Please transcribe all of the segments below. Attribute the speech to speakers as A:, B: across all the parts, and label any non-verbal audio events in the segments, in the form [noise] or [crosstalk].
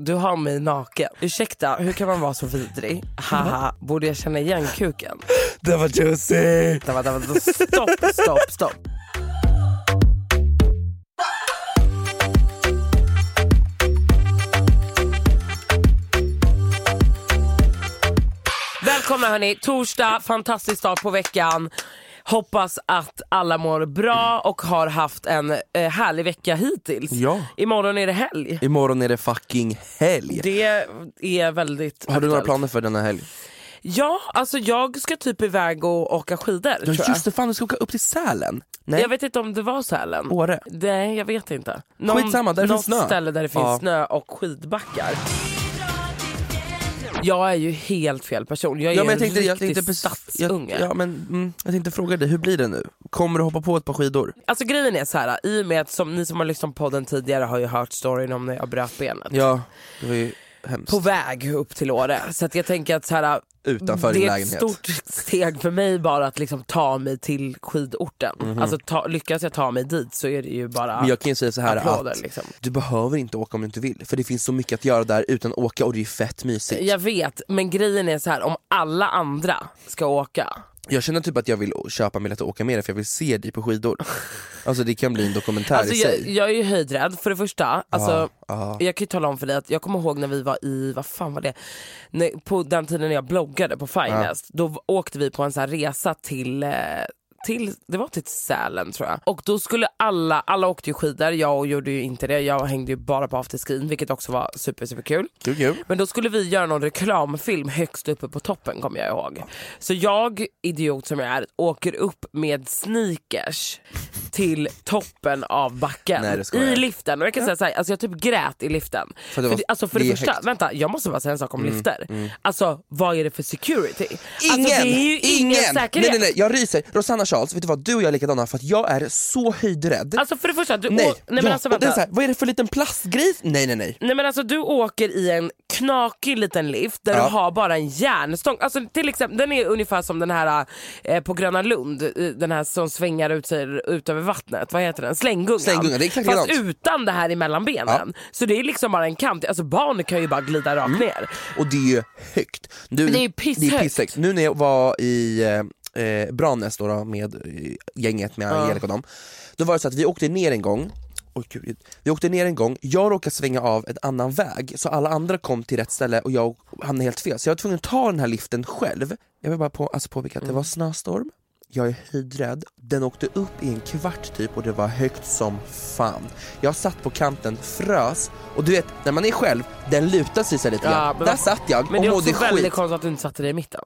A: Du har mig naken. Ursäkta, hur kan man vara så vidrig? Haha, borde jag känna igen kuken?
B: Det var juicy!
A: Vänta, vänta, vänta. Stopp, stopp, stopp. Välkomna hörni, torsdag, fantastisk start på veckan. Hoppas att alla mår bra och har haft en eh, härlig vecka hittills.
B: Ja.
A: Imorgon är det helg.
B: Imorgon är det fucking helg.
A: Det är väldigt
B: Har du några
A: aktuellt.
B: planer för denna helg?
A: Ja, alltså jag ska typ iväg och åka skidor
B: Ja
A: tror jag.
B: just det, fan du ska åka upp till Sälen. Nej,
A: Jag vet inte om det var Sälen.
B: Åre.
A: Nej, jag vet inte.
B: Skitsamma, där det
A: något
B: finns snö.
A: ställe där det finns
B: Ja.
A: snö och skidbackar. Jag är ju helt fel person. Jag är
B: Ja, men jag,
A: en
B: tänkte, jag,
A: riktig
B: tänkte precis, jag,
A: stadsunge.
B: ja, men, mm, jag tänkte fråga dig, hur blir det nu? Kommer du hoppa på ett par skidor?
A: Alltså grejen är så här, i och med att som ni som har lyssnat på podden tidigare har ju hört storyn om när jag bröt benet.
B: Ja, det var ju hemskt.
A: På väg upp till Åre. Så att jag tänker att så här,
B: Utanför
A: det
B: din
A: är ett
B: lägenhet.
A: stort steg för mig bara att liksom ta mig till skidorten. Alltså ta, lyckas jag ta mig dit så är det ju bara
B: Mhm. Men jag kan ju säga så här
A: applåder
B: att
A: liksom.
B: du behöver inte åka om du inte vill, för det finns så mycket att göra där utan att åka och det är fett mysigt.
A: Jag vet, men grejen är så här om alla andra ska åka.
B: Jag känner typ att jag vill köpa mig att åka med dig för jag vill se dig på [laughs] skidor. Alltså det kan bli en dokumentär
A: Alltså
B: i
A: jag,
B: sig.
A: jag är ju höjdrädd för det första. Alltså,
B: ja.
A: Jag kan ju tala om för dig att jag kommer ihåg när vi var i, vad fan var det? När, på den tiden när jag bloggade på Finest, då v- åkte vi på en sån här resa till eh, till, det var till Sälen tror jag. Och då skulle alla, alla åkte ju skidor, jag gjorde ju inte det. Jag hängde ju bara på afterskin vilket också var super super kul.
B: Kul, kul.
A: Men då skulle vi göra någon reklamfilm högst uppe på toppen kommer jag ihåg. Så jag, idiot som jag är, åker upp med sneakers till toppen av backen
B: Nej, det skojar
A: i
B: jag.
A: liften. Och jag kan säga såhär, alltså jag typ grät i liften.
B: För det var-
A: för det, alltså för det,
B: det är
A: första,
B: högt. Mm,
A: vänta jag måste bara säga en sak om lifter. Alltså vad är det för security?
B: Ingen!
A: Alltså, det är ju ingen, säkerhet.
B: Nej, nej, nej, jag ryser. Rosanna Charles, vet du vad? Du och jag är likadana för att jag är så höjdrädd.
A: Alltså för det första, du,
B: nej,
A: å- nej men
B: ja.
A: alltså
B: och det är
A: vänta.
B: så här, vad är det för liten plastgrej? Nej nej nej.
A: Nej men alltså du åker i en knakig liten lift där
B: Ja.
A: du har bara en järnstång. Alltså till exempel, den är ungefär som den här eh, på Gröna Lund, eh, den här som svängar ut, sig, ut över vattnet. Vad heter den? Slänggungan.
B: Slänggungan, det är exakt
A: Fast
B: likadant.
A: utan det här emellan benen. Så det är liksom bara en kant. Alltså barn kan ju bara glida rakt
B: Mm.
A: ner.
B: Och det är ju högt. Nu,
A: Det är ju pisshögt.
B: Nu när jag var i eh, eh, Branäs då, då med eh, gänget med Angelica och dem, då var det så att vi åkte ner en gång Oj, gud. Vi åkte ner en gång, jag råkade svänga av en annan väg så alla andra kom till rätt ställe och jag hamnade helt fel. Så jag var tvungen att ta den här liften själv. Jag vill bara på, alltså påpeka att
A: Mm.
B: det var snöstorm, jag är höjdrädd, den åkte upp i en kvart typ och det var högt som fan. Jag satt på kanten, frös och du vet när man är själv, den lutar sig så här lite
A: Ja,
B: grann.
A: men
B: Där
A: vad-
B: satt jag
A: Men det är
B: och
A: också
B: mådde
A: väldigt
B: skit.
A: konstigt att du inte satte dig i mitten.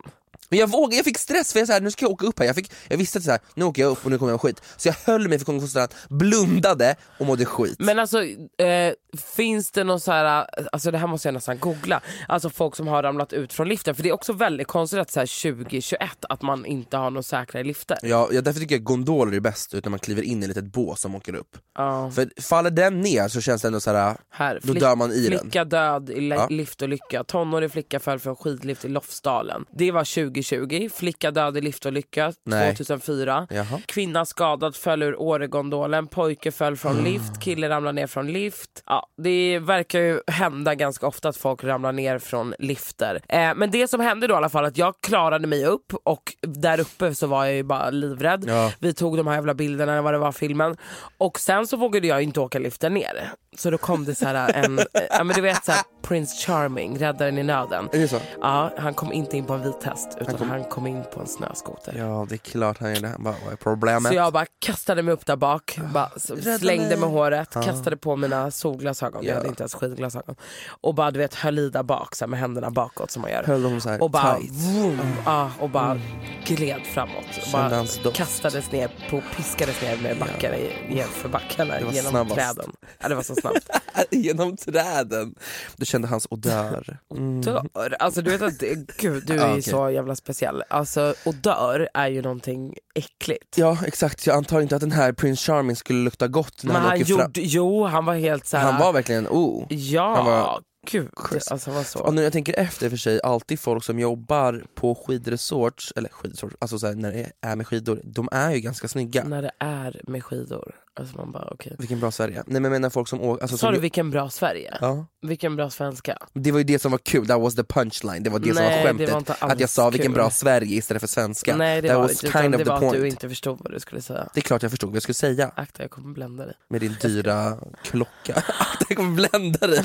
B: Men jag vågade, jag fick stress för jag, så här, nu ska jag åka upp här. Jag, fick, jag visste att så här, nu åker jag upp och nu kommer jag skit. Så jag höll mig för konkursen, blundade och mådde skit.
A: Men alltså eh, finns det någon så här, alltså det här måste jag nästan googla, alltså folk som har ramlat ut från liften. För det är också väldigt konstigt att så här 2021 att man inte har några säkra lifter.
B: Ja, ja, därför tycker jag gondoler är bäst ut när man kliver in i ett litet bås som åker upp.
A: Ja.
B: För faller den ner så känns det ändå så här.
A: Här,
B: Då
A: flick-
B: dör man i den.
A: Flicka död i li-
B: Ja.
A: liftolycka. Tonårig flicka föll från skidlift i Lofsdalen. Det var 2020. Flicka död i liftolycka
B: Nej.
A: 2004.
B: Jaha.
A: Kvinna skadad föll ur Åregondålen. Pojke föll från
B: Mm.
A: lift. Kille ramlade ner från lift. Ja, det verkar ju hända ganska ofta att folk ramlar ner från lifter. Eh, men det som hände då i alla fall att jag klarade mig upp och där uppe så var jag ju bara livrädd.
B: Ja.
A: Vi tog de här jävla bilderna eller vad det var filmen och sen så vågade jag inte åka liften ner. Så då kom det så här en, [laughs] eh, ja men du vet så här, Prince Charming, räddaren i nöden.
B: Är det så?
A: Ja, han kom inte in på en vit häst utan han
B: Han
A: kom,
B: kom-
A: in på en snöskoter.
B: Ja det är klart han gör det, han bara, vad är problemet?
A: Så jag bara kastade mig upp där bak, bara s-
B: Rädda
A: slängde
B: mig.
A: med håret, kastade på mina solglasögon, jag
B: Ja.
A: hade inte ens skidglasögon. Och bara du vet höll i där bak så här, med händerna bakåt som man gör.
B: Höll honom så här
A: och bara,
B: tight. Mm.
A: vroom, ja, och bara gled framåt. Och bara
B: hans doft.
A: kastades ner, på, piskades ner med backarna, ja. för backarna
B: Det var
A: genom
B: snabbast.
A: träden. Ja, det var så snabbt.
B: Genom träden. Du kände hans odör. Mm.
A: Dör, alltså du vet att, det- gud du är
B: Ja,
A: ju
B: okej.
A: så jävla speciell. Alltså, och dör är ju någonting äckligt.
B: Ja exakt, jag antar inte att den här Prince Charming skulle lukta gott när
A: Men
B: han,
A: han
B: åker
A: gjorde,
B: fram.
A: jo han var helt såhär,
B: Han var verkligen, oh.
A: ja
B: han var
A: gud.
B: crisp.
A: Alltså han var så.
B: Och nu när jag tänker efter för sig, alltid folk som jobbar på skidresorts, eller skidresorts, alltså så här, när det är med skidor, de är ju ganska snygga.
A: När det är med skidor, alltså man bara okej.
B: Vilken bra Sverige. Nej men jag menar folk som åker... Alltså,
A: Sa
B: som-
A: du vilken bra Sverige?
B: ja.
A: Vilken bra svenska?
B: Det var ju det som var kul, that was the punchline, det var det som
A: Nej,
B: var
A: det
B: skämtet.
A: var inte alls
B: att jag sa vilken
A: kul.
B: bra Sverige istället för svenska.
A: Nej det
B: that
A: var
B: was
A: inte, utan
B: kind
A: det
B: of the
A: var att
B: point.
A: du inte förstod vad du skulle säga.
B: Det är klart jag förstod vad jag skulle säga
A: Akta jag kommer blända dig. [laughs]
B: med din dyra klocka. [laughs] jag kommer blända dig.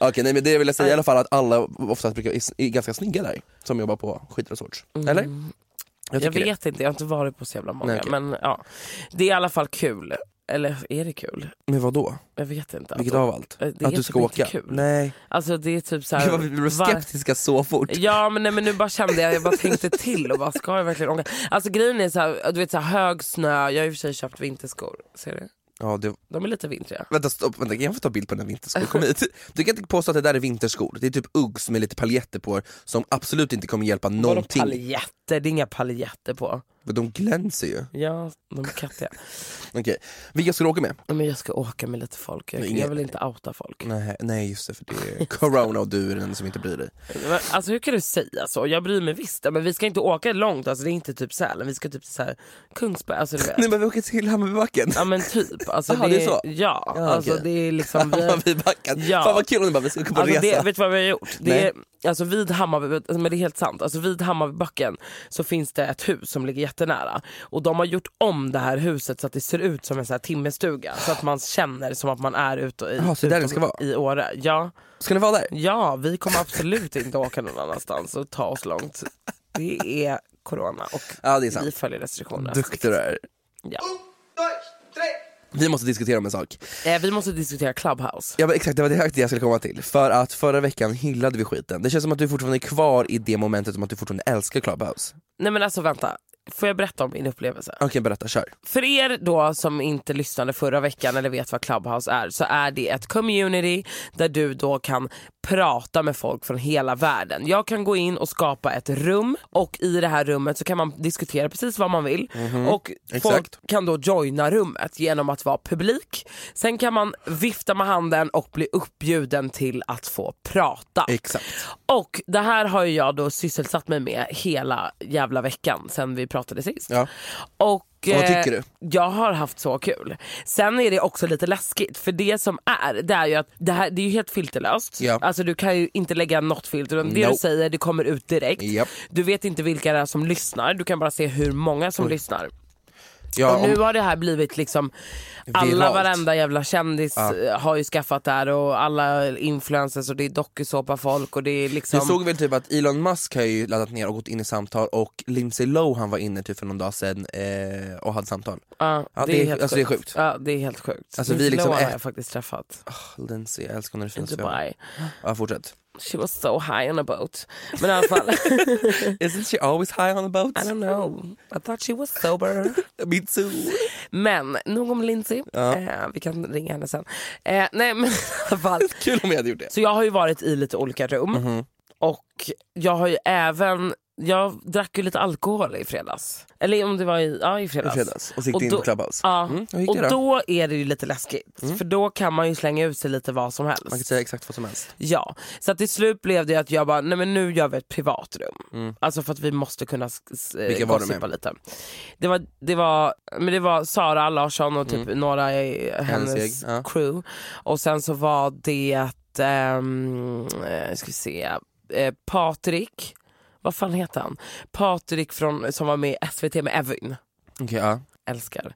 B: Okej nej men det vill jag säga i alla fall att alla oftast brukar, är, är ganska snygga där som jobbar på skidresorts. Eller?
A: Mm. Jag,
B: tycker det.
A: vet inte, jag har inte varit på så jävla många.
B: Nej, okej.
A: Men ja, det är i alla fall kul. Eller är det kul?
B: Men vad då?
A: Jag vet inte.
B: Vilket
A: alltså.
B: av allt?
A: det är
B: Att du ska
A: typ inte
B: åka?
A: kul.
B: Nej.
A: Alltså det är typ såhär...
B: [laughs] Gud vad vi blev skeptiska så fort.
A: Ja men, nej, men nu bara kände jag, jag bara tänkte till och bara ska jag verkligen åka? Alltså grejen är såhär, du vet såhär hög snö, jag har i och för sig köpt vinterskor. Ser du?
B: Ja, det,
A: De är lite vintriga.
B: Vänta, stopp, vänta, kan jag få ta bild på den vinterskor?
A: [laughs]
B: Kom hit. Du kan inte påstå att det där är vinterskor, det är typ Uggs med lite paljetter på som absolut inte kommer hjälpa
A: Vadå
B: någonting.
A: paljetter? Det är inga paljetter på.
B: Men de glänser ju.
A: Ja, de är kattiga.
B: Okej, vilka ska du åka med?
A: Men jag ska åka med lite folk, jag,
B: Men inga-
A: jag vill inte outa folk.
B: Nej, nej just det, för
A: [laughs]
B: det är [laughs] corona och du är den som inte bryr dig.
A: Men, Alltså hur kan du säga så? Jag bryr mig visst. Men vi ska inte åka långt, alltså, det är inte typ Sälen, vi ska typ till så här Kungsberg. Alltså, du
B: Nej
A: vet.
B: men vi åker till Hammarbybacken. [laughs]
A: Ja men typ. Alltså,
B: Jaha, det är så?
A: Ja,
B: Ja,
A: alltså
B: okej.
A: det är
B: [laughs]
A: liksom... Vi,
B: Hammarbybacken,
A: Ja.
B: fan vad kul om du bara vi ska åka på
A: Alltså det,
B: resa.
A: vet du vad vi har gjort? Det
B: Nej.
A: är, alltså vid Hammarby, alltså men det är helt sant, alltså vid Hammarbybacken så finns det ett hus som ligger jättenära och de har gjort om det här huset så att det ser ut som en så här timmerstuga så att man känner som att man är ute i,
B: Jaha, så där det ska vara?
A: i Åre. Ja,
B: Ska ni vara där?
A: ja, vi kommer absolut inte åka någon annanstans och ta oss långt. Det är corona och
B: Ja det
A: vi
B: är sant.
A: följer restriktionerna.
B: Duktig du är.
A: Ja.
B: Vi måste diskutera om en sak.
A: Eh, vi måste diskutera Clubhouse.
B: Ja, men exakt, det var det jag skulle komma till. För att förra veckan hyllade vi skiten. Det känns som att du fortfarande är kvar i det momentet om att du fortfarande älskar Clubhouse.
A: Nej men alltså vänta, får jag berätta om min upplevelse?
B: Okej berätta, kör.
A: För er då som inte lyssnade förra veckan eller vet vad Clubhouse är så är det ett community där du då kan prata med folk från hela världen. Jag kan gå in och skapa ett rum och i det här rummet så kan man diskutera precis vad man vill och folk
B: Mhm. Exakt.
A: kan då joina rummet genom att vara publik. Sen kan man vifta med handen och bli uppbjuden till att få prata.
B: Exakt.
A: Och det här har ju jag då sysselsatt mig med hela jävla veckan sen vi pratade sist.
B: Ja.
A: Och,
B: vad
A: eh,
B: tycker du?
A: Jag har haft så kul. Sen är det också lite läskigt för det som är, det är ju att det här det är ju helt filterlöst.
B: Ja.
A: Alltså du kan ju inte lägga något filter. utan Det du
B: Nope.
A: säger det kommer ut direkt.
B: Japp.
A: Du vet inte vilka det är som lyssnar, du kan bara se hur många som lyssnar.
B: Mm. Ja,
A: och nu
B: om,
A: har det här blivit liksom, alla
B: Viralt.
A: varenda jävla kändis eh, har ju skaffat det här och alla influencers och det är dokusåpa-folk och det är liksom...
B: vi såg väl typ att Elon Musk har ju laddat ner och gått in i samtal och Lindsay Lohan var inne typ för någon dag sedan eh, och hade samtal.
A: Ja,
B: Ja,
A: det,
B: det
A: är
B: är-
A: helt
B: alltså, det är
A: sjukt.
B: sjukt.
A: Ja, det är helt sjukt.
B: Alltså, vi
A: Lindsay
B: liksom
A: Lohan
B: är-
A: har jag faktiskt träffat
B: Lindsay, jag älskar när det
A: i
B: finns
A: Dubai.
B: Ja fortsätt.
A: She was so high on a boat. Men i alla fall,
B: Isn't she always high on the boat?
A: [laughs] I don't know. I thought she was sober.
B: Me too.
A: Men nog om Lindsay. Eh, vi kan ringa henne sen. Eh, nej men i alla fall. Mhm.
B: Kul om jag hade gjort det.
A: Så jag har ju varit i lite olika rum. Och jag har ju även, jag drack ju lite alkohol i fredags. Eller om det var i, ja, i fredags.
B: I fredags. Och så gick du in
A: då-
B: på Clubhouse.
A: Ja,
B: Mm, hur gick
A: och
B: det då?
A: då Mm. är det ju lite läskigt. För då kan man ju slänga ut sig lite vad som helst.
B: Man kan säga exakt vad som helst.
A: Ja, så att till slut blev det att jag bara, nej men nu gör vi ett privat rum. Alltså för att vi måste kunna s- s-
B: Mm.
A: eh,
B: Vilka var det
A: gossipa
B: med?
A: lite. Det var, det var, men det var Sara Larsson och typ några i hennes,
B: Mm. gäng, ja.
A: crew. Och sen så var det, ehm, eh, ska vi se, eh, Patrik, vad fan heter han? Patrik från, som var med i SVT med Evin.
B: Okej, ja.
A: Älskar.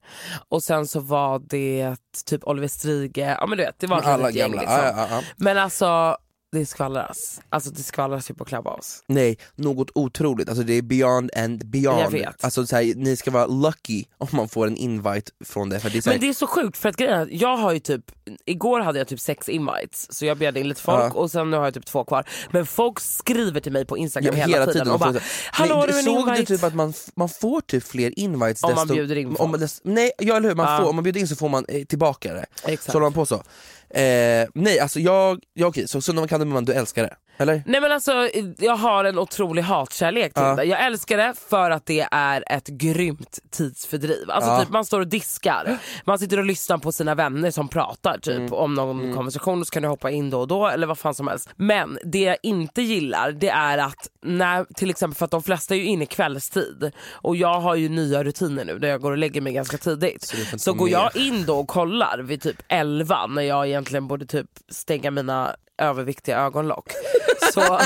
A: Och sen så var det typ Oliver Strige, ja men du vet det var ett
B: Alla
A: litet gäng
B: gamla.
A: liksom.
B: Ja, ja, ja.
A: Men alltså, det skvallras. Alltså det skvallras ju på Clubhouse.
B: Nej, något otroligt. Alltså det är beyond and beyond.
A: Jag vet.
B: Alltså så här, ni ska vara lucky om man får en invite från det. För det är så här,
A: Men det är så sjukt för att grejen är att jag har ju typ, igår hade jag typ sex invites så jag bjöd in lite folk och sen nu har jag typ två kvar. Men folk skriver till mig på
B: Ja,
A: Instagram
B: hela, tiden,
A: och bara
B: Men
A: “Hallå har du en
B: Såg
A: invite?”
B: du typ att man, f- man får typ fler invites
A: Om man
B: desto,
A: bjuder in
B: om,
A: folk.
B: desto, Nej, ja, eller hur? Man
A: Ja.
B: får, om man bjuder in så får man eh, tillbaka det.
A: Exakt.
B: Så håller man på så. Eh, nej alltså jag, ja, okej, så Sunderman kan du men du älskar det? Eller?
A: Nej men alltså jag har en otrolig hatkärlek till
B: Ja.
A: det. Jag älskar det för att det är ett grymt tidsfördriv. Alltså
B: Ja.
A: typ man står och diskar, man sitter och lyssnar på sina vänner som pratar typ
B: Mm.
A: om någon konversation och så kan du hoppa in då och då eller vad fan som helst. Men det jag inte gillar det är att när, till exempel för att de flesta är ju inne kvällstid och jag har ju nya rutiner nu där jag går och lägger mig ganska tidigt. Så,
B: du får inte vara
A: går
B: med.
A: jag in då och kollar vid typ 11 när jag egentligen borde typ stänga mina överviktiga ögonlock. Så,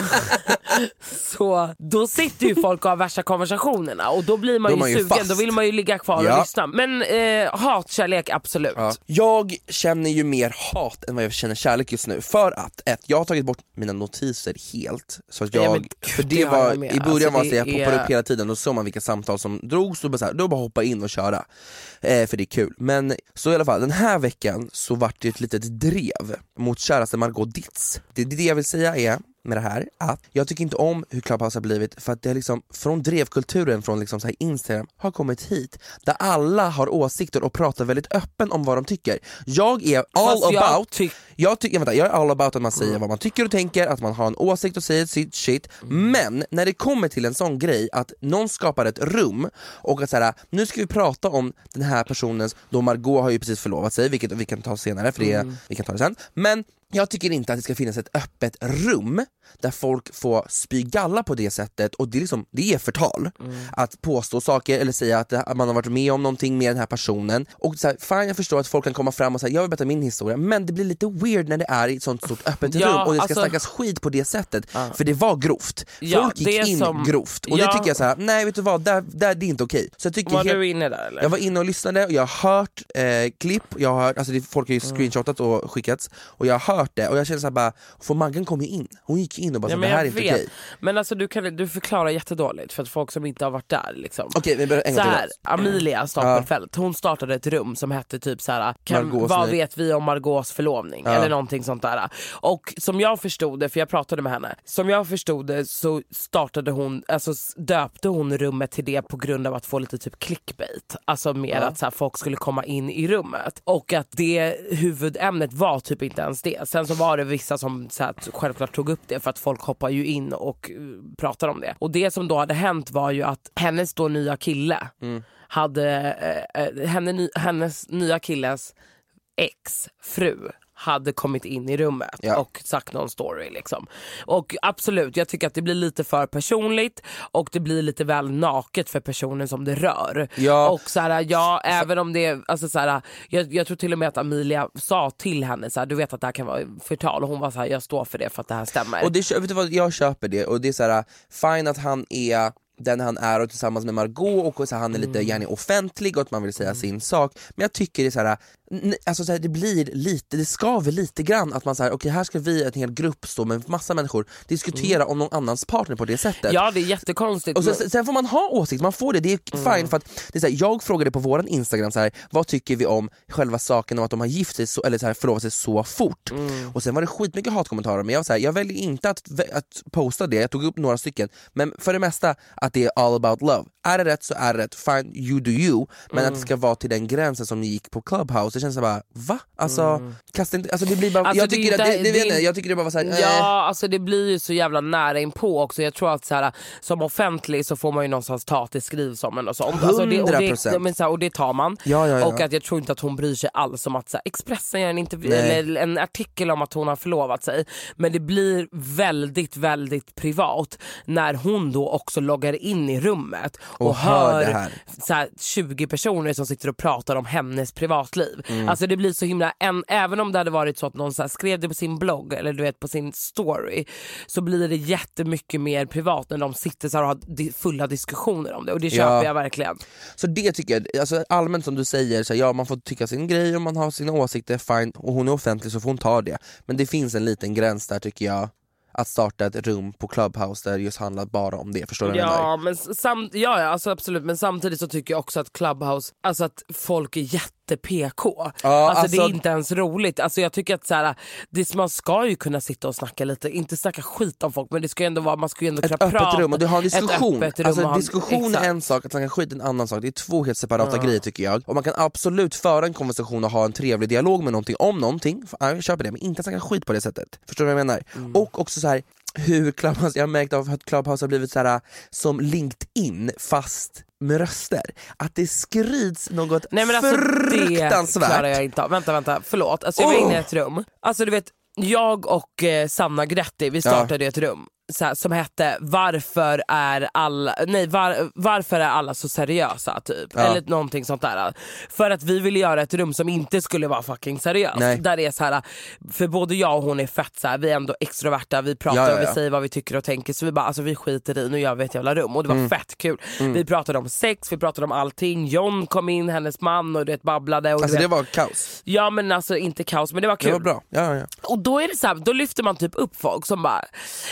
A: så då sitter ju folk och har värsta konversationerna och då blir man,
B: Då är
A: ju
B: man ju
A: sugen,
B: fast.
A: då vill man ju ligga kvar
B: Ja.
A: och lyssna. Men eh, hatkärlek absolut.
B: Ja. Jag känner ju mer hat än vad jag känner kärlek just nu för att ett, jag har tagit bort mina notiser helt. Så att
A: Ja,
B: jag,
A: men gud,
B: för det,
A: det har
B: var,
A: jag med.
B: I början
A: Alltså,
B: var det så
A: det
B: jag poppade
A: är-
B: upp hela tiden och så såg man vilka samtal som drogs och bara så här, då bara hoppa in och köra. Eh, för det är kul. Men så i alla fall, den här veckan så vart det ett litet drev mot käraste Margot Ditz. Det, det jag vill säga är med det här, att jag tycker inte om hur Clubhouse har blivit för att det är liksom från drevkulturen från liksom så här Instagram har kommit hit där alla har åsikter och pratar väldigt öppen om vad de tycker. Jag är all
A: Fast jag
B: about
A: tyck-
B: jag, tycker, vänta, jag är all about att man säger vad man tycker och tänker, att man har en åsikt och säger sitt shit. Men när det kommer till en sån grej att någon skapar ett rum och att så här, nu ska vi prata om den här personens, då Margot har ju precis förlovat sig, vilket vi kan ta senare för det, vi kan ta det sen. Men jag tycker inte att det ska finnas ett öppet rum där folk får spy galla på det sättet och det är, liksom, det är förtal.
A: Mm.
B: Att påstå saker eller säga att, det, att man har varit med om någonting med den här personen. Och så här, Fan jag förstår att folk kan komma fram och säga jag vill berätta min historia men det blir lite weird när det är i ett sånt stort öppet
A: Ja,
B: rum och det ska
A: alltså-
B: snackas skit på det sättet. För det var grovt.
A: Ja,
B: folk
A: det
B: gick
A: är
B: in
A: som-
B: grovt och det
A: Ja.
B: tycker jag så här, nej vet du vad, där, där, det är inte okej. Så jag tycker
A: Var
B: helt-
A: du inne där eller?
B: jag var inne och lyssnade och jag har hört eh, klipp, jag har hört, alltså det, folk har
A: Mm.
B: ju screenshotat och skickats och jag har hört det och jag känner såhär bara, för Maggan kom ju in, hon gick ju in och bara
A: Ja,
B: så,
A: men
B: Alltså, det här
A: jag
B: är
A: vet.
B: inte okej.
A: Men alltså du, kan, du förklarar jättedåligt för att folk som inte har varit där liksom.
B: Okej vi börjar en
A: Så
B: gång
A: här,
B: till.
A: Amelia Stapelfeldt, hon startade ett rum som hette typ så här, kan,
B: Margaux
A: vad
B: liv.
A: vet vi om Margaux förlovning eller någonting sånt där. Och som jag förstod det, för jag pratade med henne, som jag förstod det så startade hon, alltså s- döpte hon rummet till det på grund av att få lite typ clickbait. Alltså mer att så här, folk skulle komma in i rummet och att det huvudämnet var typ inte ens det. Sen så var det vissa som så här, t- självklart tog upp det för att folk hoppar ju in och eh, pratar om det. Och det som då hade hänt var ju att hennes då nya kille hade eh, eh, henne, ny- hennes nya killes ex-fru hade kommit in i rummet
B: Ja.
A: och sagt någon story. Liksom. Och absolut, jag tycker att det blir lite för personligt och det blir lite väl naket för personen som det rör.
B: Ja.
A: Och så här, ja, även om det, alltså så här, jag, jag tror till och med att Amelia sa till henne, så här, du vet att det här kan vara förtal och hon var så här, jag står för det för att det här stämmer.
B: Och det, kö- vet du vad, jag köper det och det är så här: fine att han är den han är
A: Mm.
B: och tillsammans med Margot och så här, han är lite gärna offentlig och att man vill säga sin sak men jag tycker det är så här. n- alltså så här, det blir lite, det skaver lite grann att man säger okej här ska vi en hel grupp stå med massa människor
A: Mm.
B: diskutera om någon annans partner på det sättet.
A: Ja det är jättekonstigt.
B: Och sen, sen- sen får man ha åsikt, man får det, det är
A: Mm.
B: fine för att det är så här, jag frågade på våran instagram så här, vad tycker vi om själva saken om att de har gift sig så, eller så här, förlovat sig så fort?
A: Mm.
B: Och sen var det skitmycket hatkommentarer men jag, var så här, jag väljer inte att, vä- att posta det, jag tog upp några stycken men för det mesta att det är all about love. Är det rätt så är det rätt, fine you do you men att
A: Mm.
B: det ska vara till den gränsen som ni gick på clubhouse, det känns så här, bara va? Alltså, kasta inte, alltså det blir bara,
A: Mm. Alltså,
B: jag
A: det är
B: tycker att
A: inte-
B: det, det,
A: det är
B: vet jag,
A: inte-
B: jag tycker det bara var så här, eh.
A: Ja, alltså det blir ju så jävla nära inpå också. Jag tror att så här, som offentlig så får man ju någonstans ta att det skrivs om en och sånt. Alltså det, och,
B: 100%.
A: det, men så här, och det tar man.
B: Ja, ja, ja.
A: Och att jag tror inte att hon bryr sig alls om att så här, Expressen gör en, intervju,
B: Nej.
A: eller en artikel om att hon har förlovat sig. Men det blir väldigt, väldigt privat när hon då också loggar in i rummet och,
B: Och hör det här.
A: så här, 20 personer som sitter och pratar om hennes privatliv. Alltså det blir så himla, en, även om det hade varit så att någon så här skrev det på sin blogg eller du vet på sin story så blir det jättemycket mer privat när de sitter så här och har di- fulla diskussioner om det och det köper jag verkligen.
B: Så det tycker jag, alltså allmänt som du säger, så här, ja man får tycka sin grej och man har sina åsikter, fine, och hon är offentlig så får hon ta det. Men det finns en liten gräns där tycker jag, att starta ett rum på Clubhouse där det just handlar bara om det, förstår du vad jag menar?
A: Ja, men s- sam, ja, ja alltså absolut men samtidigt så tycker jag också att Clubhouse, alltså att folk är jätte PK. alltså, det är
B: alltså-
A: inte ens roligt. Alltså, jag tycker att så här, det, Man ska ju kunna sitta och snacka lite, inte snacka skit om folk men det ska ju ändå vara, man ska ju ändå
B: Ett
A: kunna
B: öppet
A: prata.
B: rum och du har en
A: Ett
B: diskussion.
A: öppet rum och
B: Alltså,
A: ha-
B: diskussion
A: exakt.
B: är en sak, att snacka skit är en annan sak. Det är två helt separata grejer tycker jag. Och man kan absolut föra en konversation och ha en trevlig dialog med någonting om någonting, F- ja, jag köper det, men inte snacka skit på det sättet. Förstår du vad jag menar?
A: Mm.
B: Och också så här hur Clubhouse, jag har märkt av att Clubhouse har blivit så här som LinkedIn fast med röster. Att det skrids något
A: Nej men alltså det klarar
B: fruktansvärt.
A: jag inte av. Vänta, vänta, förlåt. Alltså, jag var
B: Oh!
A: inne i ett rum, alltså du vet jag och eh, Sanna Gretti vi startade ett rum så här, som hette varför är alla nej var, varför är alla så seriösa typ eller någonting sånt där för att vi ville göra ett rum som inte skulle vara fucking seriöst
B: Nej.
A: där det är så här för både jag och hon är fett så här vi är ändå extroverta vi pratar
B: Ja, ja,
A: och vi
B: ja.
A: säger vad vi tycker och tänker så vi bara alltså vi skiter i nu gör vi ett jävla rum och det var
B: Mm.
A: fett kul vi pratade om sex vi pratade om allting John kom in hennes man och du vet babblade och
B: Alltså
A: du
B: det
A: vet,
B: var kaos.
A: ja men alltså inte kaos men det var kul
B: Det var bra. Ja, ja, ja.
A: och då är det så här, då lyfter man typ upp folk som bara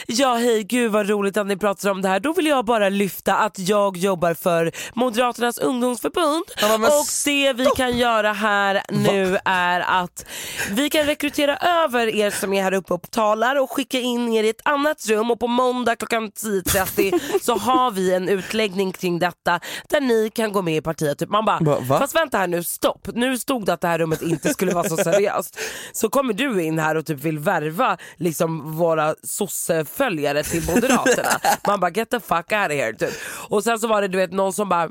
A: Ja hej gud vad roligt att ni pratar om det här. Då vill jag bara lyfta att jag jobbar för Moderaternas ungdomsförbund
B: Ja, men
A: och det vi kan göra här nu är att vi kan rekrytera över er som är här uppe och talar och skicka in er i ett annat rum och på måndag klockan 10.30 så har vi en utläggning kring detta där ni kan gå med i partiet. Typ man bara,
B: Va- va?
A: fast vänta här nu, stopp. Nu stod det att det här rummet inte skulle vara så
B: [laughs]
A: seriöst. Så kommer du in här och typ vill värva liksom våra sosseföljare till Moderaterna.
B: [laughs]
A: Man bara get the fuck out of here typ. Och sen så var det du vet någon som bara,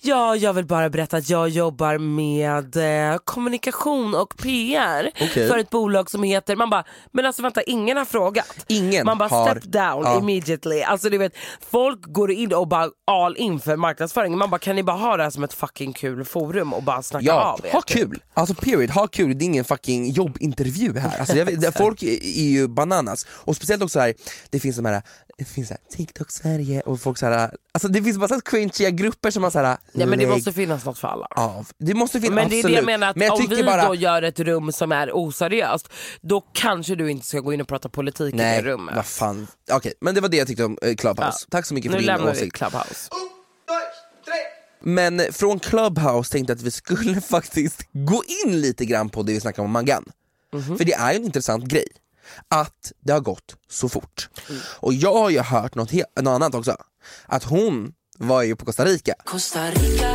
A: ja jag vill bara berätta att jag jobbar med eh, kommunikation och PR
B: Okej.
A: för ett bolag som heter, man bara, men alltså vänta ingen har frågat.
B: Ingen
A: Man bara
B: har-
A: step down
B: Ja.
A: immediately. Alltså du vet, folk går in och bara all in för marknadsföring. Man bara kan ni bara ha det här som ett fucking kul forum och bara snacka
B: Ja,
A: av er?
B: ha
A: typ?
B: kul! Alltså period, ha kul, det är ingen fucking jobbintervju här. Alltså, jag, vet- det- folk är är ju bananas, och speciellt också här, det finns de här, det finns så här TikTok Sverige och folk så här, alltså det finns massa cringeiga grupper som har så här,
A: Ja men det
B: lägg
A: måste finnas något för alla.
B: av. Det måste finnas,
A: Men det är
B: absolut.
A: det jag menar, att
B: men jag
A: om
B: tycker
A: vi
B: bara,
A: då gör ett rum som är oseriöst, då kanske du inte ska gå in och prata politik i
B: nej,
A: det rummet.
B: vad fan. Okej, men det var det jag tyckte om eh, Clubhouse.
A: Ja.
B: Tack så mycket för
A: nu
B: din
A: lämnar vi
B: åsikt.
A: Clubhouse.
B: Men från Clubhouse tänkte jag att vi skulle [laughs] faktiskt gå in lite grann på det vi snackade om Mangan. För det är ju en intressant grej, att det har gått så fort. Och jag har ju hört något, he- något annat också, att hon var ju på Costa Rica.
C: Costa Rica.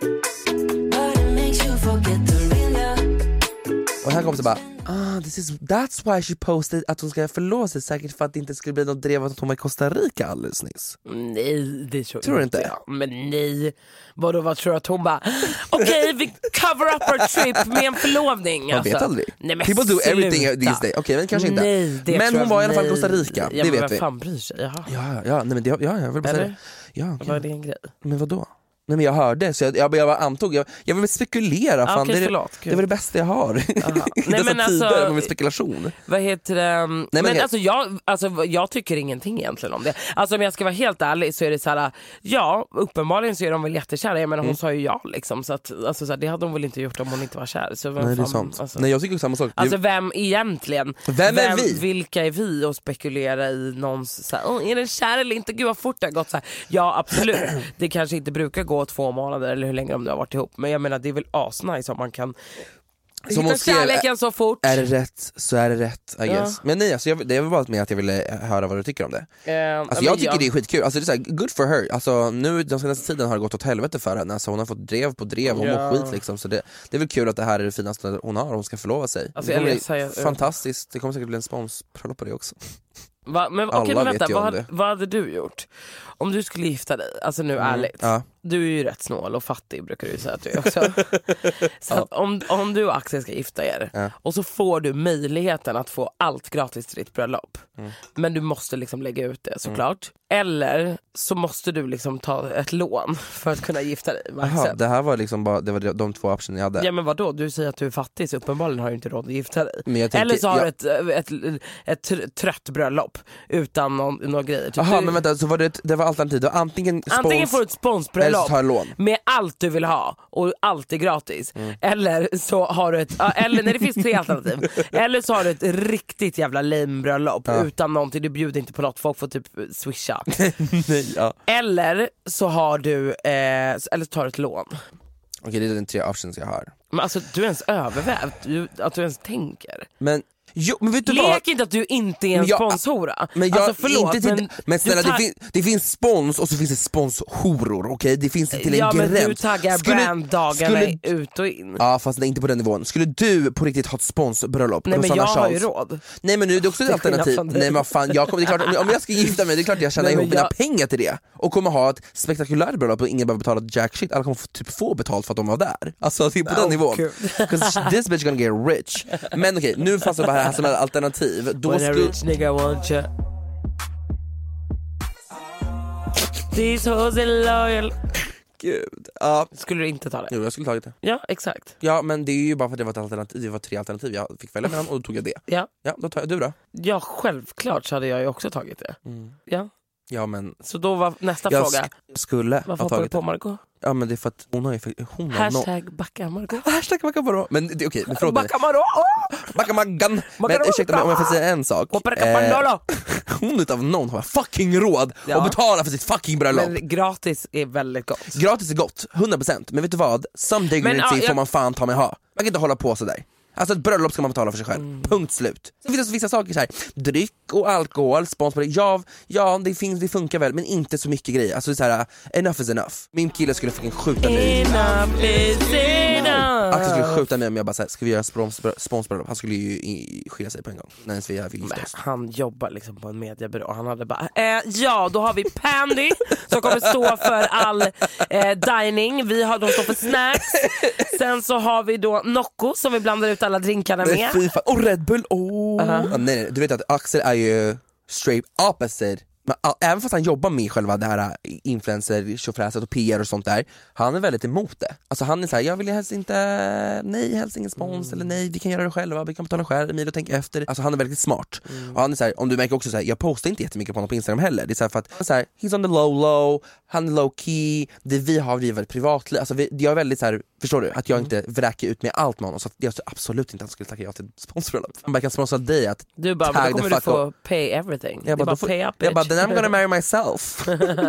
C: But it makes you forget the real love.
B: Och här kom så bara, ah, this is, that's why she posted att hon ska förlova sig, säkert för att det inte skulle bli något drev att hon var i Costa Rica alldeles nyss.
A: Mm. Nej det tror,
B: Tror du inte?
A: jag. Men nej. Vadå vad tror du att hon bara, [laughs] okej vi cover up our trip med en förlovning.
B: Man
A: alltså.
B: vet aldrig.
A: Nej, men
B: People do
A: sluta.
B: everything these days. Okej men kanske inte.
A: Nej, det
B: men
A: tror
B: hon
A: jag-
B: var i alla fall i
A: nej.
B: Costa Rica,
A: ja,
B: det
A: men
B: vet
A: vem
B: vi.
A: fan bryr sig? Jaha.
B: Ja, ja, nej, men det, ja, jag vill bara säga
A: Eller?
B: det. Ja,
A: Var
B: okej.
A: det en grej?
B: Men vadå? Nej men jag hörde, så jag, jag, jag bara antog, jag, jag vill spekulera, fan,
A: okej,
B: det, är,
A: förlåt.
B: det- det var det bästa jag har i [laughs]
A: Nej,
B: dessa
A: men alltså-
B: tider med min spekulation.
A: Vad heter det? Nej, men
B: helt-
A: alltså, jag, alltså, jag tycker ingenting egentligen om det. Alltså om jag ska vara helt ärlig så är det så här, ja uppenbarligen så är de väl jättekära. Jag menar
B: Mm.
A: hon sa ju ja liksom. Så att, alltså, så här, det hade hon väl inte gjort om hon inte var kär. Så vem
B: Nej det är
A: fan-
B: sant.
A: Alltså,
B: Nej jag tycker samma sak. Det är-
A: alltså vem egentligen?
B: Vem är vi?
A: Vilka är vi att spekulera i någons, så här, "Åh, är den kär eller inte? Gud vad fort det har gått. Så här, ja absolut,
B: [clears throat]
A: det kanske inte brukar gå två månader eller hur länge de nu har varit ihop. Men jag menar det är väl asnice om man kan
B: Som hon
A: hitta
B: skrev,
A: kärleken så fort.
B: är det rätt så är det rätt I guess. Men nej alltså, jag, det var bara med att jag ville höra vad du tycker om det.
A: Eh,
B: Alltså,
A: men
B: jag tycker det är skitkul, alltså, det är så här, good for her. Alltså, nu den senaste tiden har det gått åt helvete för henne, alltså, hon har fått drev på drev, hon mår skit liksom. Så det, det är väl kul att det här är det finaste hon har, hon ska förlova sig.
A: Alltså,
B: det
A: jag
B: kommer bli
A: vet, så jag-
B: fantastiskt, det kommer säkert bli en sponspröllop på det också.
A: Va? Men,
B: Alla
A: okej, men
B: vet
A: vänta,
B: ju om
A: vad, hade-
B: det. Mm.
A: vad hade du gjort? Om du skulle gifta dig, alltså nu ärligt.
B: Ja.
A: Du är ju rätt snål och fattig brukar du ju säga att du är
B: [laughs]
A: också. så att om, om du och Axel ska gifta er
B: Ja.
A: och så får du möjligheten att få allt gratis till ditt bröllop.
B: Mm.
A: Men du måste liksom lägga ut det såklart. Eller så måste du liksom ta ett lån [laughs] för att kunna gifta dig med
B: Jaha,
A: Axel.
B: det här var liksom bara det var de två optioner jag hade.
A: Ja men vadå, du säger att du är fattig så uppenbarligen har du inte råd att gifta dig.
B: Men jag tänker-
A: Eller så har
B: jag-
A: du ett, ett, ett, ett trött bröllop utan någon, några grejer. Typ
B: Jaha
A: du,
B: men vänta, så var det, det var alternativet, Det var antingen spons
A: antingen får du ett
B: eller så
A: sponsbröllop
B: tar jag lån. Mm.
A: med allt du vill ha och allt är gratis. Eller så har du ett, ja, eller nej det finns tre alternativ.
B: [laughs]
A: Eller så har du ett riktigt jävla lame bröllop utan någonting, du bjuder inte på något, folk får typ
B: [laughs]
A: swisha.
B: Nej, ja.
A: eller så har du, eh, eller så tar du ett lån.
B: Okej det är de tre options jag har.
A: Men alltså du ens övervägt, du, att du ens tänker.
B: Men, jo, men vet du vad?
A: Lek inte att du inte är en
B: Men jag-
A: sponshora.
B: Men jag,
A: alltså förlåt
B: inte till, men,
A: men,
B: snälla
A: du tag-
B: det, fin, det finns spons och så finns det sponshoror, okej? Det finns det till en
A: Ja men
B: gräns.
A: du taggar branddagarna ut och in.
B: Ja fast nej, inte på den nivån. Skulle du på riktigt ha ett sponsbröllop?
A: Nej men
B: Rosanna
A: jag har ju
B: Charles?
A: råd.
B: Nej men nu är det också ett
A: Till skillnad
B: alternativ.
A: från dig.
B: Nej men fan, jag kommer, det är klart, om
A: [laughs]
B: jag- om jag ska gifta mig, det är klart jag tjänar
A: Nej, men
B: ihop mina
A: jag-
B: pengar till det. Och kommer ha ett spektakulärt bröllop och ingen behöver betala jack shit, alla kommer få, typ få betalt för att de var där. Alltså det är på den nivån.
A: kul.
B: [laughs] 'Cause this bitch gonna get rich. Men okej, nu fanns det bara här som ett
A: [laughs]
B: alternativ. Då
A: When a
B: skulle...
A: rich nigga want you. These hoes are loyal.
B: Gud. Ja.
A: Skulle du inte ta det?
B: Jo jag skulle tagit det.
A: Ja exakt.
B: Ja men det är ju bara för att det var, ett alternativ, det var tre alternativ jag fick välja mellan och då tog jag det.
A: Ja.
B: Ja, då tar jag, du då?
A: ja självklart så hade jag ju också tagit det. Ja.
B: Ja men
A: Så då var nästa
B: jag
A: fråga.
B: sk- skulle
A: Varför
B: ha
A: hoppar du
B: tagit
A: på
B: det.
A: Margot?
B: Ja men det är för att hon har ju... för- Hon har noll-
A: Hashtag backa Margot.
B: Hashtag Macamarå. Men det- okej, men förlåt mig.
A: Backa Margot!
B: Macamagan! Men
A: Macaroni.
B: ursäkta mig om jag får säga en sak.
A: Hoppar det
B: Eh,
A: kapandolo?
B: hon utav någon har fucking råd
A: Ja.
B: att betala för sitt fucking bröllop.
A: Men gratis är väldigt gott.
B: Gratis är gott, 100% men vet du vad? Some dignity
A: Men, ja, jag-
B: får man fan ta mig ha. Man kan inte hålla på sådär. Alltså ett bröllop ska man betala för sig själv,
A: Mm.
B: punkt slut. Sen finns det vissa saker så här. dryck och alkohol, spons på det. Ja, ja det, finns, det funkar väl men inte så mycket grejer. Alltså det är så här, enough is enough. Min kille skulle fucking skjuta mig.
A: Enough is enough.
B: Axel skulle skjuta mig om jag bara såhär, ska vi göra spons- sponsbröllop? Han skulle ju i- skilja sig på en gång. När ens vi fick gifta oss.
A: Han jobbar liksom på en mediebyrå. Han hade bara, eh, ja då har vi Pandy som kommer stå för all eh, dining. Vi har, de står för snacks. Sen så har vi då Nocco som vi blandar ut alla drinkarna
B: Nej,
A: med.
B: fy fan. Och Red Bull, oh. Ah, nej, nej, du vet att Axel är ju straight opposite. Men, a- även fast han jobbar med själva det här äh, influencer tjofräset och PR och sånt där, han är väldigt emot det. Alltså han är såhär, jag vill helst inte, nej helst ingen spons, eller nej vi kan göra det själva, vi kan betala själv, Emilio tänk efter. Alltså han är väldigt smart. Och han är såhär, om du märker också såhär, jag postar inte jättemycket på honom på Instagram heller. Det är såhär för att, han är såhär, he's on the low low, han är low key, det vi har vi är väldigt privatliv. Alltså vi, jag är väldigt såhär, förstår du? Att
A: Mm.
B: jag inte vräker ut mig allt med honom. Så att jag tror absolut inte att han skulle tacka ja till sponsbröllop. Han bara, jag kan sponsra dig att
A: Du bara,
B: Tag
A: men
B: the
A: då kommer du
B: fuck
A: få pay everything.
B: jag
A: det är
B: bara,
A: bara
B: då får-
A: pay up
B: jag bara,
A: bitch.
B: then I'm gonna marry
A: [laughs]
B: myself.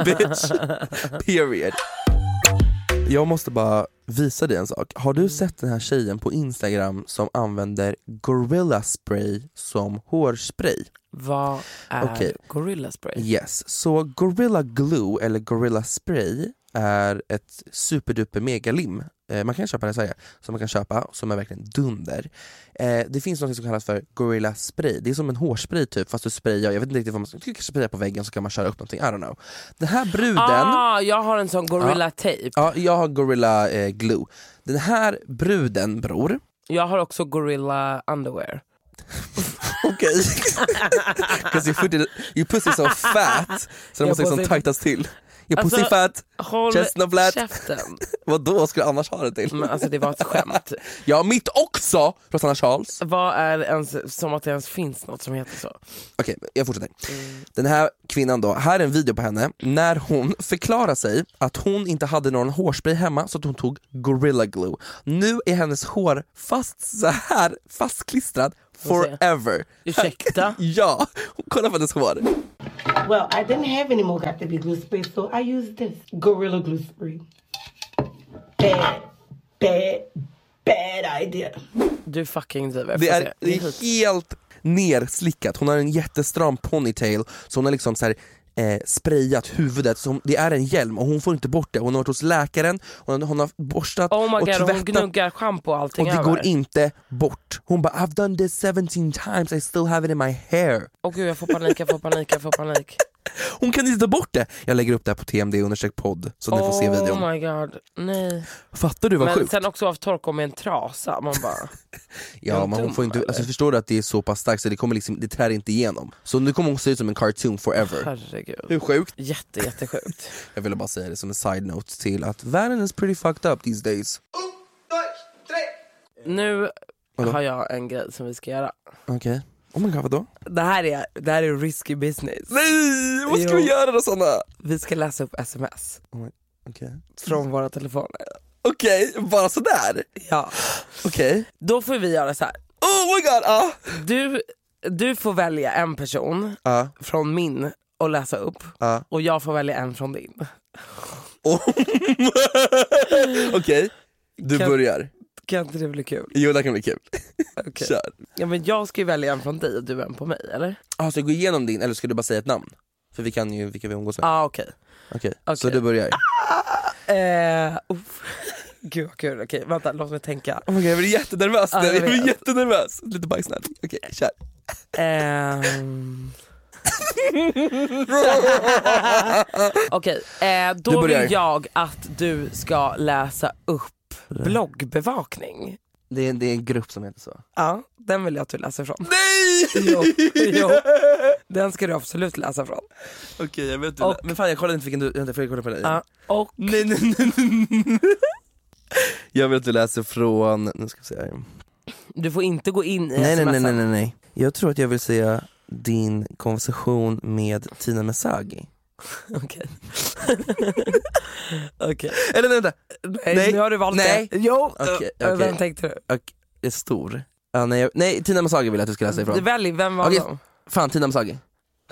B: bitch. Period. Jag måste bara visa dig en sak. Har
A: Mm.
B: du sett den här tjejen på Instagram som använder Gorilla Spray som hårspray?
A: Vad är
B: Okej.
A: Gorilla Spray?
B: Yes, så Gorilla Glue eller Gorilla Spray är ett superduper megalim. Eh, man kan köpa det i Sverige, som man kan köpa, som är verkligen dunder. Eh, det finns något som kallas för Gorilla Spray, det är som en hårspray typ fast du sprayar, jag vet inte riktigt vad man ska, du kan spraya på väggen så kan man köra upp någonting, I don't know. Den här bruden
A: Ah, jag har en sån Gorilla Tape.
B: Ja, jag har Gorilla eh, Glue. Den här bruden bror, [laughs]
A: Jag har också Gorilla Underwear.
B: okej, [laughs] because you, put it- you pussy so fat, så de
A: Jag
B: måste liksom
A: pussy-
B: tajtas till. You
A: Alltså,
B: pussyfat,
A: Håll
B: chestnut flat.
A: käften.
B: Vadå skulle jag annars ha det till?
A: Men alltså det var ett skämt.
B: [laughs] Ja mitt också! Rosanna Charles.
A: Vad är ens, som att det ens finns något som heter så?
B: Okej, jag fortsätter.
A: Mm.
B: Den här kvinnan då, här är en video på henne när hon förklarar sig att hon inte hade någon hårspray hemma så att hon tog Gorilla Glue. Nu är hennes hår fast så här fastklistrat
A: Får se.
B: forever.
A: Ursäkta?
B: [laughs] ja, kolla på hennes hår.
D: Well, I didn't have any more got to be glue spray, so I used this Gorilla Glue Spray. Bad, bad, bad idea.
A: Du fucking driver.
B: Det
A: Får
B: är,
A: se.
B: det är helt nerslickat, hon har en jättestram ponytail så hon har liksom så här, eh, sprayat huvudet, så hon, det är en hjälm och hon får inte bort det. Hon har varit hos läkaren, hon, har- hon har borstat
A: Oh my
B: och
A: god, hon
B: tvättat
A: gnuggar schampo och allting
B: och det
A: över.
B: går inte bort. Hon bara I've done this 17 times, I still have it in my hair.
A: Åh gud jag får panik, jag får panik, jag får panik.
B: Hon kan inte ta bort det! Jag lägger upp det här på TMD understreck podd så ni får se videon.
A: Oh my god, nej.
B: Fattar du vad
A: Men
B: sjukt?
A: sen också haft torka med en trasa. Man bara,
B: Ja, men hon
A: dum,
B: får inte, alltså, förstår du att det är så pass starkt så det, kommer liksom, det trär inte igenom. Så nu kommer hon se ut som en cartoon forever.
A: herregud.
B: Hur sjukt?
A: Jätte jättesjukt.
B: Jag ville bara säga det som en side note till att världen is pretty fucked up these days.
A: Nu
B: Vadå?
A: har jag en grej som vi ska göra.
B: Okej. Oh my god, vadå?
A: Det här är, det här är risky business.
B: Nej! Vad ska
A: Jo.
B: vi göra då Sanna?
A: Vi ska läsa upp sms
B: Okej,
A: från våra telefoner.
B: Okej, bara sådär?
A: Ja.
B: Okej.
A: Då får vi göra så här.
B: Oh my god! Ah.
A: Du, du får välja en person
B: Ah.
A: från min och läsa upp
B: Ja.
A: och jag får välja en från
B: [laughs]
A: din.
B: Oh. [laughs] Okej, du
A: Kan-
B: börjar.
A: Kan inte det bli kul?
B: Jo, det här kan bli kul.
A: Okej.
B: Kör.
A: Ja, men jag ska ju välja en från dig och du en på mig eller?
B: Ah, ska jag gå igenom din eller ska du bara säga ett namn? För vi kan ju vilka vi umgås med.
A: Ja ah, okej.
B: Okej, så
A: Okej.
B: du börjar.
A: Eh, uff. Gud vad kul, okej vänta låt mig tänka.
B: Oh my God, jag blir jättenervös
A: Ja,
B: nu,
A: Ah, jag
B: jag blir
A: vet.
B: jättenervös. Lite bajsnödig. Okej,
A: [laughs]
B: kör. [laughs]
A: Ehm. Okej, eh,
B: Du
A: då
B: börjar.
A: vill jag att du ska läsa upp
B: Mm.
A: bloggbevakning.
B: Det är, det är en grupp som heter så.
A: Ja, den vill jag att du läser från.
B: Nej!
A: [laughs] Jo, jo. Den ska du absolut läsa från.
B: Okej, jag vet inte.
A: Och-
B: Men fan jag kollade inte vilken du... Vänta, får jag kolla på dig?
A: Ja, och
B: [laughs] Nej, nej, nej, nej, nej. Jag vill att du läser från... Nu ska vi se här.
A: du får inte gå in i
B: Nej, nej, nej,
A: sms'en.
B: nej, nej, nej. Jag tror att jag vill säga din konversation med Tina Mezagi.
A: [laughs]
B: [laughs]
A: Okej. Okej.
B: Eller nej, vänta,
A: Nej,
B: Nej,
A: nu har du valt
B: nej.
A: det. Jo,
B: Okej,
A: eh,
B: okej.
A: vem tänkte du?
B: Och, det är stor. Ja, nej, jag, nej, Tina Mezagi vill jag att du ska läsa
A: Du
B: ifrån.
A: välj, vem var
B: Okej.
A: de?
B: Fan, Tina Mezagi.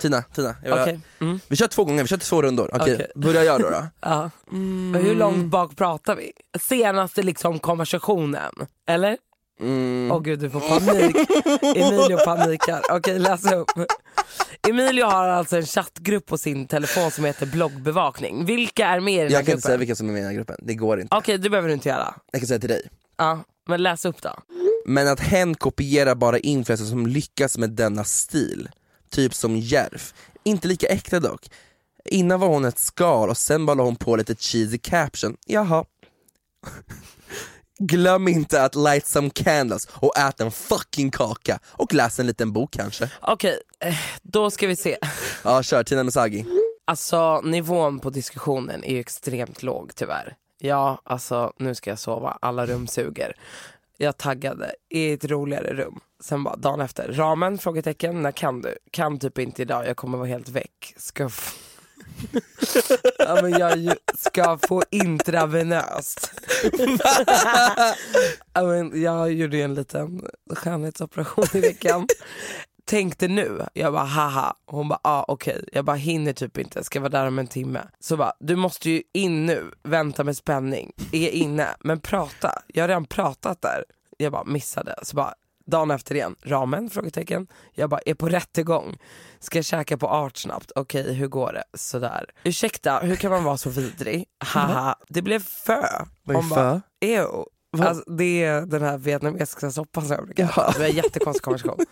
B: Tina, Tina. Jag vill,
A: Okej. Mm.
B: Vi kör två gånger, vi kör två rundor. Okej,
A: Okej.
B: börjar jag
A: [laughs]
B: då? då?
A: Ja. Hur
B: Mm.
A: långt bak pratar vi? Senaste liksom konversationen, eller?
B: Mm,
A: Åh gud du får panik. Emilio panikar. Okej läs upp. Emilio har alltså en chattgrupp på sin telefon som heter bloggbevakning. Vilka är med i den här
B: Jag kan
A: gruppen?
B: inte säga vilka som är med i den här gruppen, det går inte.
A: Okej det behöver du inte göra.
B: Jag kan säga till dig.
A: Ja, men läs upp då.
B: Men att hen kopierar bara influencers som lyckas med denna stil. Typ som Järf. Inte lika äkta dock. Innan var hon ett skal och sen bara la hon på lite cheesy caption. Jaha. [laughs] Glöm inte att light some candles och ät en fucking kaka och läs en liten bok kanske.
A: Okej, eh, då ska vi se.
B: Ja kör, Tina Mizagi.
A: Alltså nivån på diskussionen är ju extremt låg tyvärr. Ja, alltså nu ska jag sova, alla rum suger. Jag taggade i ett roligare rum. Sen bara dagen efter, ramen? Frågetecken. När kan du? Kan typ inte idag, jag kommer vara helt väck. Ska f- [laughs] ja, men jag är ju, ska få intravenöst. [laughs] ja, men jag gjorde ju en liten skönhetsoperation i veckan tänkte nu. Jag bara haha. Hon bara ah, okej. Jag bara hinner typ inte, ska vara där om en timme. Så bara du måste ju in nu, vänta med spänning, är inne, men prata. Jag har redan pratat där. Jag bara missade. Så bara dagen efter igen, ramen? Frågetecken. Jag bara är på rättegång. Ska käka på art snabbt. Okej hur går det? Sådär. Ursäkta, hur kan man vara så vidrig? Haha. Det blev fö.
B: Vad är
A: Hon bara,
B: fö?
A: Ew. Alltså, det är den här vietnamesiska soppan som jag brukar äta. Det är en jättekonstig konversation.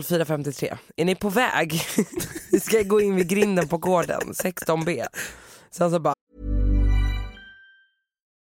A: 04.53. Är ni på väg? [laughs] Vi ska gå in vid grinden på gården, 16B. Sen så alltså bara,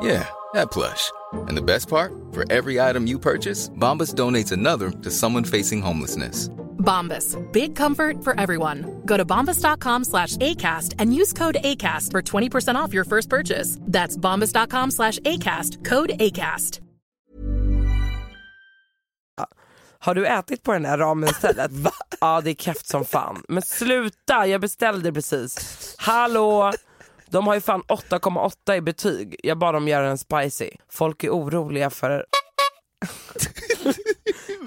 E: Yeah, that plush. And the best part? For every item you purchase, Bombas donates another to someone facing homelessness.
F: Bombas. Big comfort for everyone. Go to bombas.com slash ACAST and use code ACAST for 20% off your first purchase. That's bombas.com slash ACAST. Code ACAST.
A: Har du ätit på den där ramen
B: [laughs]
A: istället? ja det är keft som fan. Men sluta, jag beställde precis. Hallå! De har ju fan 8,8 i betyg. Jag bad dem göra den spicy. Folk är oroliga för...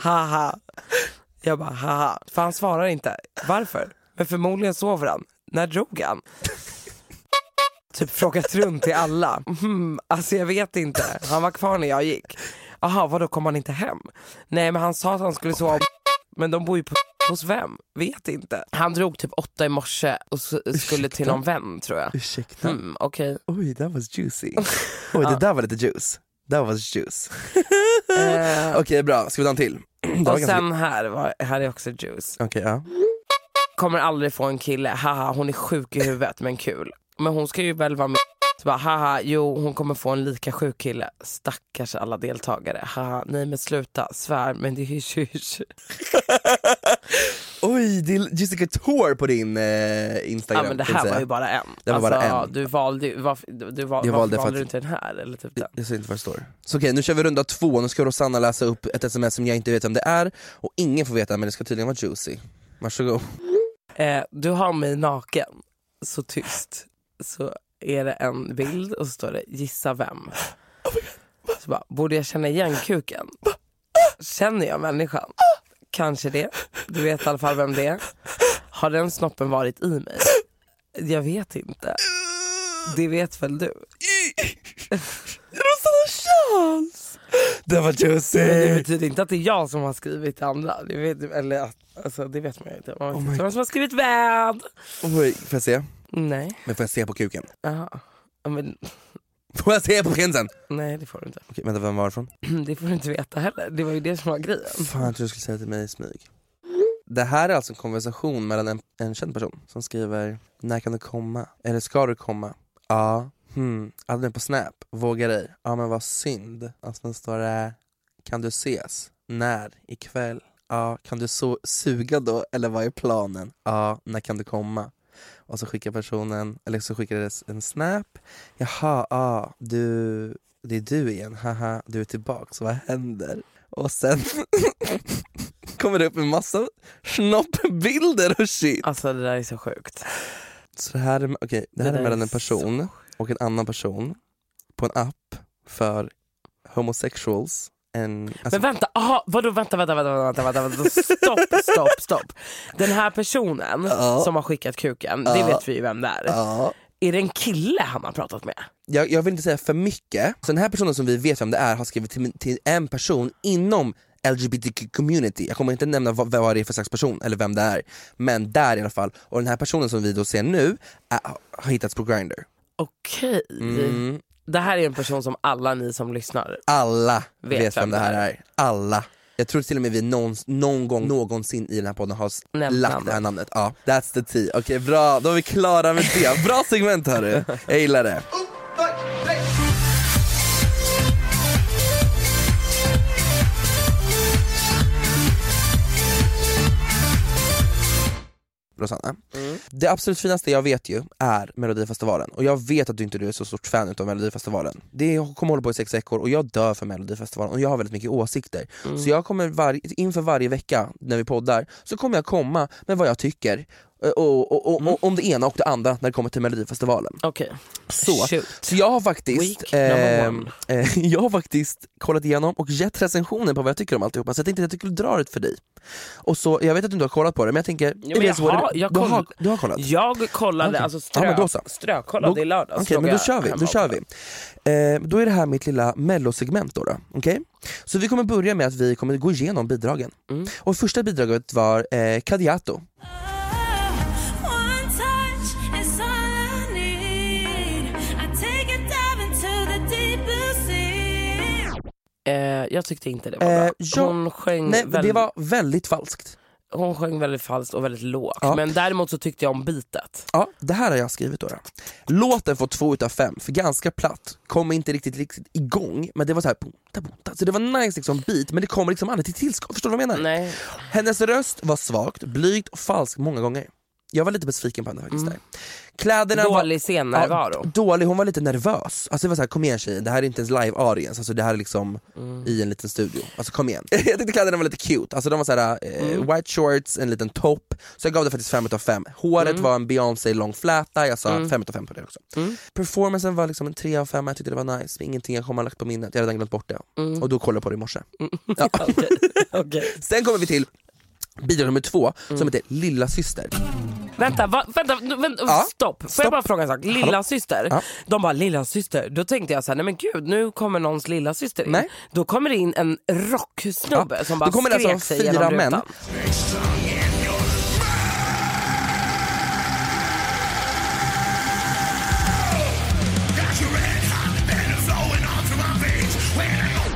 A: haha. Jag bara haha. För han svarar inte. Varför? Men förmodligen sover han. När drog han? typ frågat runt till alla. Mm, alltså jag vet inte. Han var kvar när jag gick. Jaha, vadå kom han inte hem? Nej men han sa att han skulle sova men de bor ju på hos vem? Vet inte. Han drog typ åtta i morse och s- skulle till någon vän tror jag.
B: Ursäkta.
A: Mm, Okej.
B: Oj, that
A: [laughs]
B: was juicy. Oj, det där var lite juice. That was juice.
A: Eh,
B: [laughs] Okej, bra. Ska vi ta en till? [clears throat] Det var
A: och
B: ganska-
A: sen här, var, här är också juice.
B: Okej, ja.
A: Kommer aldrig få en kille, haha hon är sjuk i huvudet men kul. Men hon ska ju väl vara med. Så bara, haha jo hon kommer få en lika sjuk kille. Stackars alla deltagare. Haha nej men sluta, svär men det är hysch hysch.
B: Oj, det är Jessica Tor på din eh,
A: Ja
B: Instagram.
A: men det
B: tänkte
A: här
B: jag
A: var
B: säga.
A: ju bara en.
B: Det var bara
A: Alltså,
B: en.
A: Du valde ju, varför, du, du val,
B: Jag
A: varför valde,
B: valde för att-
A: du inte den här? Eller typ den?
B: Jag ser inte vad det står. Så okej, nu kör vi runda två. Nu ska Rosanna läsa upp ett sms som jag inte vet vem det är, och ingen får veta, men det ska tydligen vara juicy. Varsågod.
A: Eh, du har mig naken, så tyst. Så är det en bild och så står det gissa vem. Så bara, borde jag känna igen kuken? Känner jag människan? Kanske det. Du vet i alla fall vem det är. Har den snoppen varit i mig? Jag vet inte. Det vet väl du?
B: [laughs] Rosanna Charles! Det var
A: Det
B: juicy!
A: betyder inte att det är jag som har skrivit det andra. Det vet, eller, att- alltså, det vet man ju inte. Man vet
B: Oh my-
A: inte vem som har skrivit vad.
B: Oj, får jag se?
A: Nej.
B: Men får jag se på kuken?
A: Jaha. Ja, Men,
B: Får jag se på skensen?
A: nej, det får du inte.
B: Okej, vänta, vem var det från?
A: [clears throat] Det får du inte veta heller. Det var ju det som var grejen.
B: Fan, jag trodde du skulle säga till mig i smyg. Det här är alltså en konversation mellan en, en känd person som skriver När kan du komma? Eller ska du komma? Ja, hmm, hade den på snap, vågar ej. Ja men vad synd. Och sen står det Kan du ses? När? Ikväll? Ja, kan du så suga då eller vad är planen? Ja, när kan du komma? Och så skickar personen, eller så skickades en snap Jaha, ja, du, det är du igen, haha, du är tillbaks, vad händer? Och sen [laughs] kommer det upp en massa snoppbilder och shit.
A: Alltså det där är så sjukt.
B: Så det här, är- okej, det här
A: Det där
B: är mellan
A: är
B: en person och en annan person på en app för homosexuals. En, alltså,
A: Men vänta, aha, vadå vänta, vänta, vänta, vänta, vänta, vänta.
B: [laughs]
A: stopp, stopp, stopp. Den här personen
B: Ja.
A: som har skickat kuken, det
B: Ja.
A: vet vi ju vem det är.
B: ja.
A: Är det en kille han har pratat med?
B: jag, jag vill inte säga för mycket, så den här personen som vi vet vem det är har skrivit till, till en person inom LGBTQ community, jag kommer inte nämna vad, vad det är för slags person eller vem det är, men där i alla fall. Och den här personen som vi då ser nu är, har hittats på Grindr.
A: Okej.
B: Mm.
A: Det här är en person som alla ni som lyssnar,
B: Alla vet, vem, det här är. Alla. Jag tror till och med vi någon, någon gång någonsin i den här podden har s-
A: Nämnt
B: lagt det
A: namnet.
B: här namnet. Ja, that's the tea. Okej bra, då är vi klara med det. Bra segment hörru, jag gillar det. Rosanna. Det absolut finaste jag vet ju är Melodifestivalen, och jag vet att du inte du är så stort fan utav Melodifestivalen. Det kommer hålla på i sex veckor och jag dör för Melodifestivalen och jag har väldigt mycket åsikter. Så jag kommer varje, inför varje vecka när vi poddar, så kommer jag komma med vad jag tycker eh, och, och, och, och, om det ena och det andra när det kommer till Melodifestivalen.
A: Okej.
B: Så.
A: Shoot.
B: Så jag har faktiskt
A: Week number
B: ehm, eh, [laughs] Jag har faktiskt kollat igenom och gett recensioner på vad jag tycker om alltihopa, så jag tänkte att jag skulle dra det för dig. Och så, jag vet att du inte har kollat på det, men jag tänker...
A: Ja, men
B: it is
A: jag
B: what it-
A: har- jag
B: du, har,
A: koll-
B: du har kollat?
A: Jag kollade,
B: Okej.
A: alltså
B: Ja,
A: strö,
B: men då så.
A: strökollade i lördags.
B: Okej,
A: låg
B: men då
A: jag
B: kör vi.
A: hemma
B: Då,
A: och
B: kör vi.
A: kollade.
B: Eh, då är det här mitt lilla mellosegment. Då, då, okej? Så vi kommer börja med att vi kommer gå igenom bidragen.
A: Mm.
B: Och första bidraget var eh, Kadiato.
C: Oh, One touch is all I need. I take a dive into the deep blue sea.
A: Eh, jag tyckte inte det var
B: Eh,
A: bra.
B: jag-
A: Hon, sjöng
B: Nej,
A: väldigt,
B: Det var väldigt falskt.
A: hon sjöng väldigt falskt och väldigt lågt.
B: Ja.
A: Men däremot så tyckte jag om bitet.
B: Ja, det här har jag skrivit då. då. Låten får två utav fem, för ganska platt, kom inte riktigt, riktigt igång, men det var så här, boom, ta, boom, ta. så det var nice liksom beat, men det kommer liksom aldrig till tillskott, förstår du vad jag menar?
A: Nej.
B: Hennes röst var svagt, blygt och falsk många gånger. Jag var lite besviken på henne faktiskt där. Kläderna
A: Mm. Dålig
B: var...
A: scennärvaro.
B: dålig, hon var lite nervös. Alltså det var så här, kom igen tjejen, det här är inte ens live audience, alltså det här är liksom i en liten studio. Alltså kom igen. [laughs] jag tyckte kläderna var lite cute, alltså de var så här, eh, white shorts, en liten topp. Så jag gav det faktiskt 5 utav 5. Håret var en Beyoncé lång fläta, jag sa 5 utav 5 på det också. Performancen var liksom en 3 av 5, jag tyckte det var nice, ingenting jag kommer ha lagt på minnet, jag hade redan glömt bort det. Och då kollade jag på det i morse. Ja.
A: Okej.
B: [laughs] Sen kommer vi till bidrag nummer två som heter Lilla syster.
A: Vänta, va, vänta, nu, vänta
B: Ja.
A: stopp. Får
B: Stopp.
A: jag bara fråga en sak? Lilla
B: Hallå?
A: syster.
B: Ja.
A: De bara lilla syster. Då tänkte jag så här, nej men gud nu kommer någons lilla syster in.
B: Nej.
A: Då kommer det in en rocksnubbe som bara
B: Då kommer det
A: skrek
B: alltså
A: sig genom
B: fyra män.
A: rutan.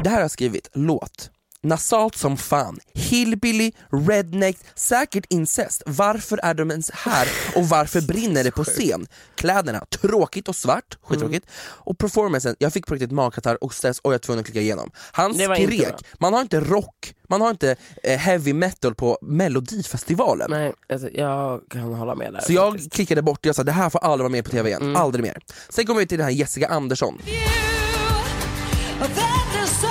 B: Det här har jag skrivit, låt. Nasalt som fan, hillbilly, redneck, säkert incest. Varför är de ens här och varför brinner det på scen? Kläderna, tråkigt och svart, skittråkigt.
A: Mm.
B: Och performancen, jag fick på riktigt magkatarr och stress och jag var tvungen att klicka igenom. Han
A: Det var inte
B: skrek,
A: bra.
B: man har inte rock, man har inte eh, heavy metal på melodifestivalen.
A: Nej, alltså, jag kan hålla med där.
B: Så jag klickade bort det, jag sa det här får aldrig vara med på TV igen,
A: Mm.
B: aldrig mer. Sen kommer vi till den här Jessica Andersson.
C: You that deserves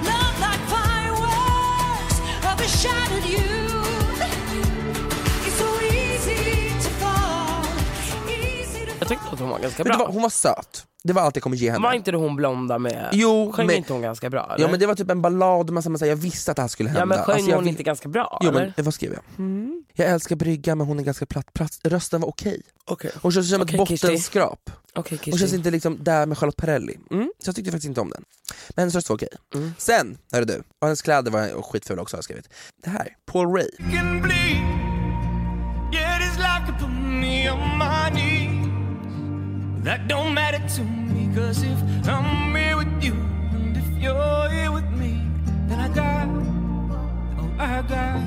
C: love like fireworks. I'll be shot at you. It's so easy to fall, easy to
A: Jag tyckte att hon var ganska
B: Men
A: bra.
B: det var, hon var söt, det var allt jag kommer ge henne.
A: Var inte det hon blonda med?
B: Jo,
A: sjöng
B: men-
A: inte hon ganska bra? Eller?
B: Ja men det var typ en ballad, massa, massa, jag visste att det här skulle hända.
A: ja, men sjöng
B: Alltså, jag
A: hon
B: vill-
A: inte ganska bra?
B: Jo men
A: eller? Mm.
B: vad skrev jag? Jag älskar brygga men hon är ganska platt, platt. rösten var okej.
A: Okej.
B: Hon känns som
A: Okej,
B: ett
A: Kirsti.
B: bottenskrap.
A: Okej, Kirsti.
B: Hon känns inte liksom där med Charlotte Perrelli. Mm. Så jag tyckte faktiskt inte om den. Men hennes röst var okej.
A: Mm.
B: Sen, hörru du, och hennes kläder var skitfula också har jag skrivit. Det här, Paul Ray.
G: can bleed. Yeah, it is like it put me on my knees. That don't matter to me, cause if I'm here with you, and if you're here with me, then I got, oh, I got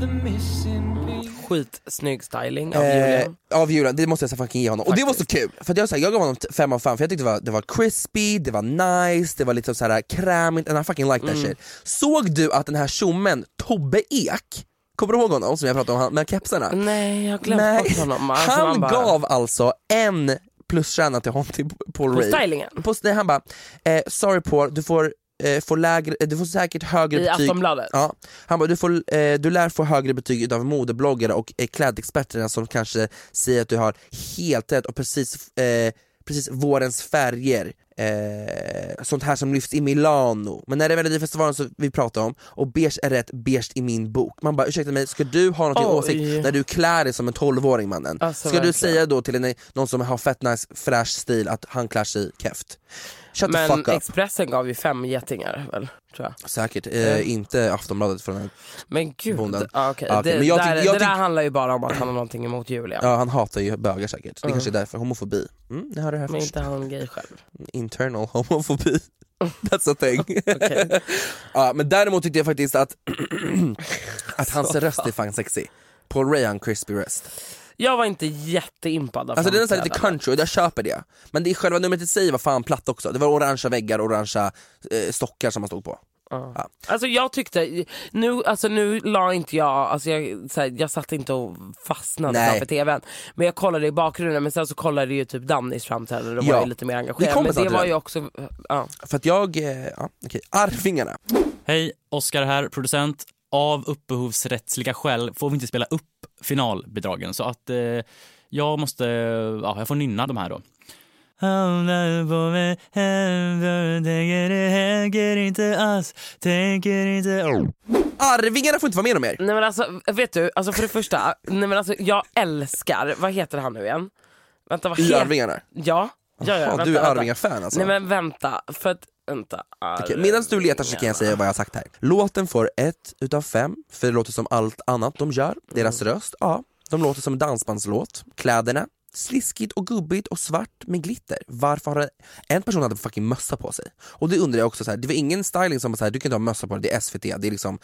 G: the missing piece.
A: Skitsnygg styling av
B: Eh,
A: Julian.
B: av julen, det måste jag så fucking ge honom. Och det var så kul! För att jag, så här, jag gav honom t- fem av fem för jag tyckte det var, det var crispy, det var nice, det var lite så här krämigt, and I fucking like
A: Mm.
B: that shit. Såg du att den här tjommen Tobbe Ek, kommer du ihåg honom som jag pratade om han- med kepsarna?
A: Nej, jag har glömt bort honom. Alltså,
B: han
A: man bara-
B: gav alltså en plusstjärna till honom till Paul
A: På
B: Ray.
A: stylingen?
B: På, nej, han bara, eh, sorry Paul, du får, eh, får lägre, eh, du får säkert högre
A: I
B: betyg.
A: Aftonbladet?
B: Ja. Han bara, du, får, eh, du lär få högre betyg av modebloggare och eh, klädexperterna som kanske säger att du har helt rätt och precis, eh, precis vårens färger. Eh, sånt här som lyfts i Milano, men när det är Melodifestivalen som vi pratar om och beige är rätt beige i min bok. Man bara ursäkta mig, ska du ha någonting
A: Oj.
B: åsikt när du klär dig som en 12-åring mannen?
A: Alltså,
B: ska du
A: verkligen.
B: säga då till en, någon som har fett nice fräsch stil att han klär sig keft? Shut the
A: Men
B: fuck up.
A: Expressen gav ju fem getingar väl, tror jag.
B: Säkert, eh, inte Aftonbladet för den här
A: Men gud,
B: Bonden.
A: ah, okej.
B: Ja, okej,
A: det,
B: men jag
A: där,
B: tyck- jag
A: det där
B: tyck-
A: handlar ju bara om att han har någonting emot Julia.
B: Ja han hatar ju bögar säkert, det kanske är därför, homofobi. Mm, ni hörde det här
A: Men
B: först.
A: inte han gay själv.
B: Internal homofobi. [laughs] That's a thing.
A: [laughs] Okej.
B: [laughs] ja, men däremot tyckte jag faktiskt att, [clears throat] att hans röst är fan sexy. Paul Ray har en crispy röst.
A: Jag var inte jätteimpad av
B: Alltså det är nästan lite
A: framträdandet.
B: country, och jag köper det. Men det är själva numret i sig var fan platt också, det var orangea väggar och orangea eh, stockar som han stod på. Ja.
A: Alltså jag tyckte, nu, alltså nu la inte jag, alltså jag, så här, jag satt inte och fastnade
B: Nej.
A: framför tvn. Men jag kollade i bakgrunden, men sen så kollade ju typ Dannis framträdande och
B: Ja.
A: var ju lite mer
B: Vi
A: engagerad.
B: kommer
A: Men
B: snart
A: det
B: till
A: var
B: den.
A: ju också, ja.
B: För att jag, eh, ja, okej, Arvingarna.
H: Hej, Oskar här, producent. Av upphovsrättsliga skäl får vi inte spela upp finalbidragen så att eh, jag måste, ja, jag får nynna de här då. Hamnar på mig, händer, tänker det hänger inte alls, tänker inte...
B: Arvingarna får inte vara med om er.
A: Nej men alltså vet du, alltså för det första, nej men alltså jag älskar, vad heter han nu igen? Vänta vad
B: I
A: heter
B: Arvingarna.
A: Ja, ja, ja
B: Fan,
A: vänta,
B: du är
A: vänta.
B: Arvingar-fan alltså.
A: Nej men vänta, för att, vänta.
B: Okej, Medan du letar så kan jag säga vad jag har sagt här. Låten får ett utav fem, för det låter som allt annat de gör. Deras röst, ja. De låter som en dansbandslåt. Kläderna, sliskigt och gubbigt och svart med glitter. Varför har det... En person hade fucking mössa på sig. Och det undrar jag också, så här, det var ingen styling som var så här, du kan inte ha mössa på dig, det är SVT, det är liksom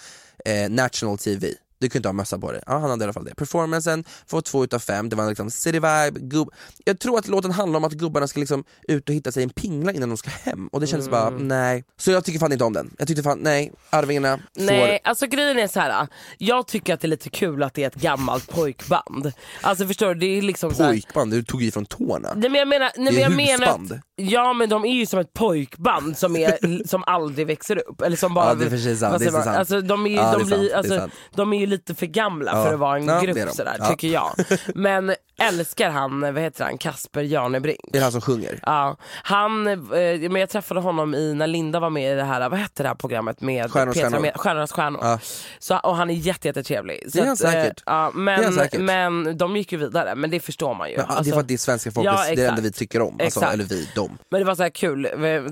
B: eh, national TV. Du kan inte ha mössa på dig. Ja, han hade i alla fall det. Performancen får två utav fem, det var liksom city vibe, gubb... Jag tror att låten handlar om att gubbarna ska liksom ut och hitta sig en pingla innan de ska hem och det kändes bara,
A: Mm.
B: nej. Så jag tycker fan inte om den. Jag tyckte fan, nej, Arvingarna får...
A: Nej, alltså grejen är så här. jag tycker att det är lite kul att det är ett gammalt pojkband. Alltså förstår du, det är liksom så här,
B: Pojkband, du tog i från tårna.
A: Nej men jag menar, nej,
B: Det
A: men
B: är
A: jag menar att,
B: husband.
A: Ja men de är ju som ett pojkband som,
B: [laughs]
A: är, som aldrig växer upp. Eller som bara,
B: Ja, det är för sig sant,
A: vad
B: det
A: säger
B: är så
A: man?
B: sant.
A: Alltså, de, är ju,
B: Ja, det är
A: de, blir,
B: sant, det är
A: alltså,
B: sant.
A: de är ju lite för gamla
B: Ja.
A: för att vara en
B: Ja, det är
A: grupp
B: de.
A: sådär,
B: Ja.
A: tycker
B: [laughs]
A: jag. Men älskar han, vad heter han, Kasper Janebrink?
B: Det är han som sjunger.
A: Ja, han, eh, men jag träffade honom i, när Linda var med i det här, vad hette det här programmet med
B: Stjärnornas
A: Petra
B: stjärnor.
A: Med, Stjärnornas stjärnor.
B: Ja.
A: Så, och han är jätte, jättetrevlig. Så
B: Det är han
A: eh,
B: säkert.
A: ja, men,
B: Det är han säkert.
A: men de gick ju vidare, men det förstår man ju.
B: Men, ah, det är
A: Alltså-
B: för att det är svenska folket,
A: Ja,
B: det är det
A: exakt.
B: enda vi tycker om. Alltså,
A: Exakt.
B: eller vi, dem.
A: Men det var så här kul,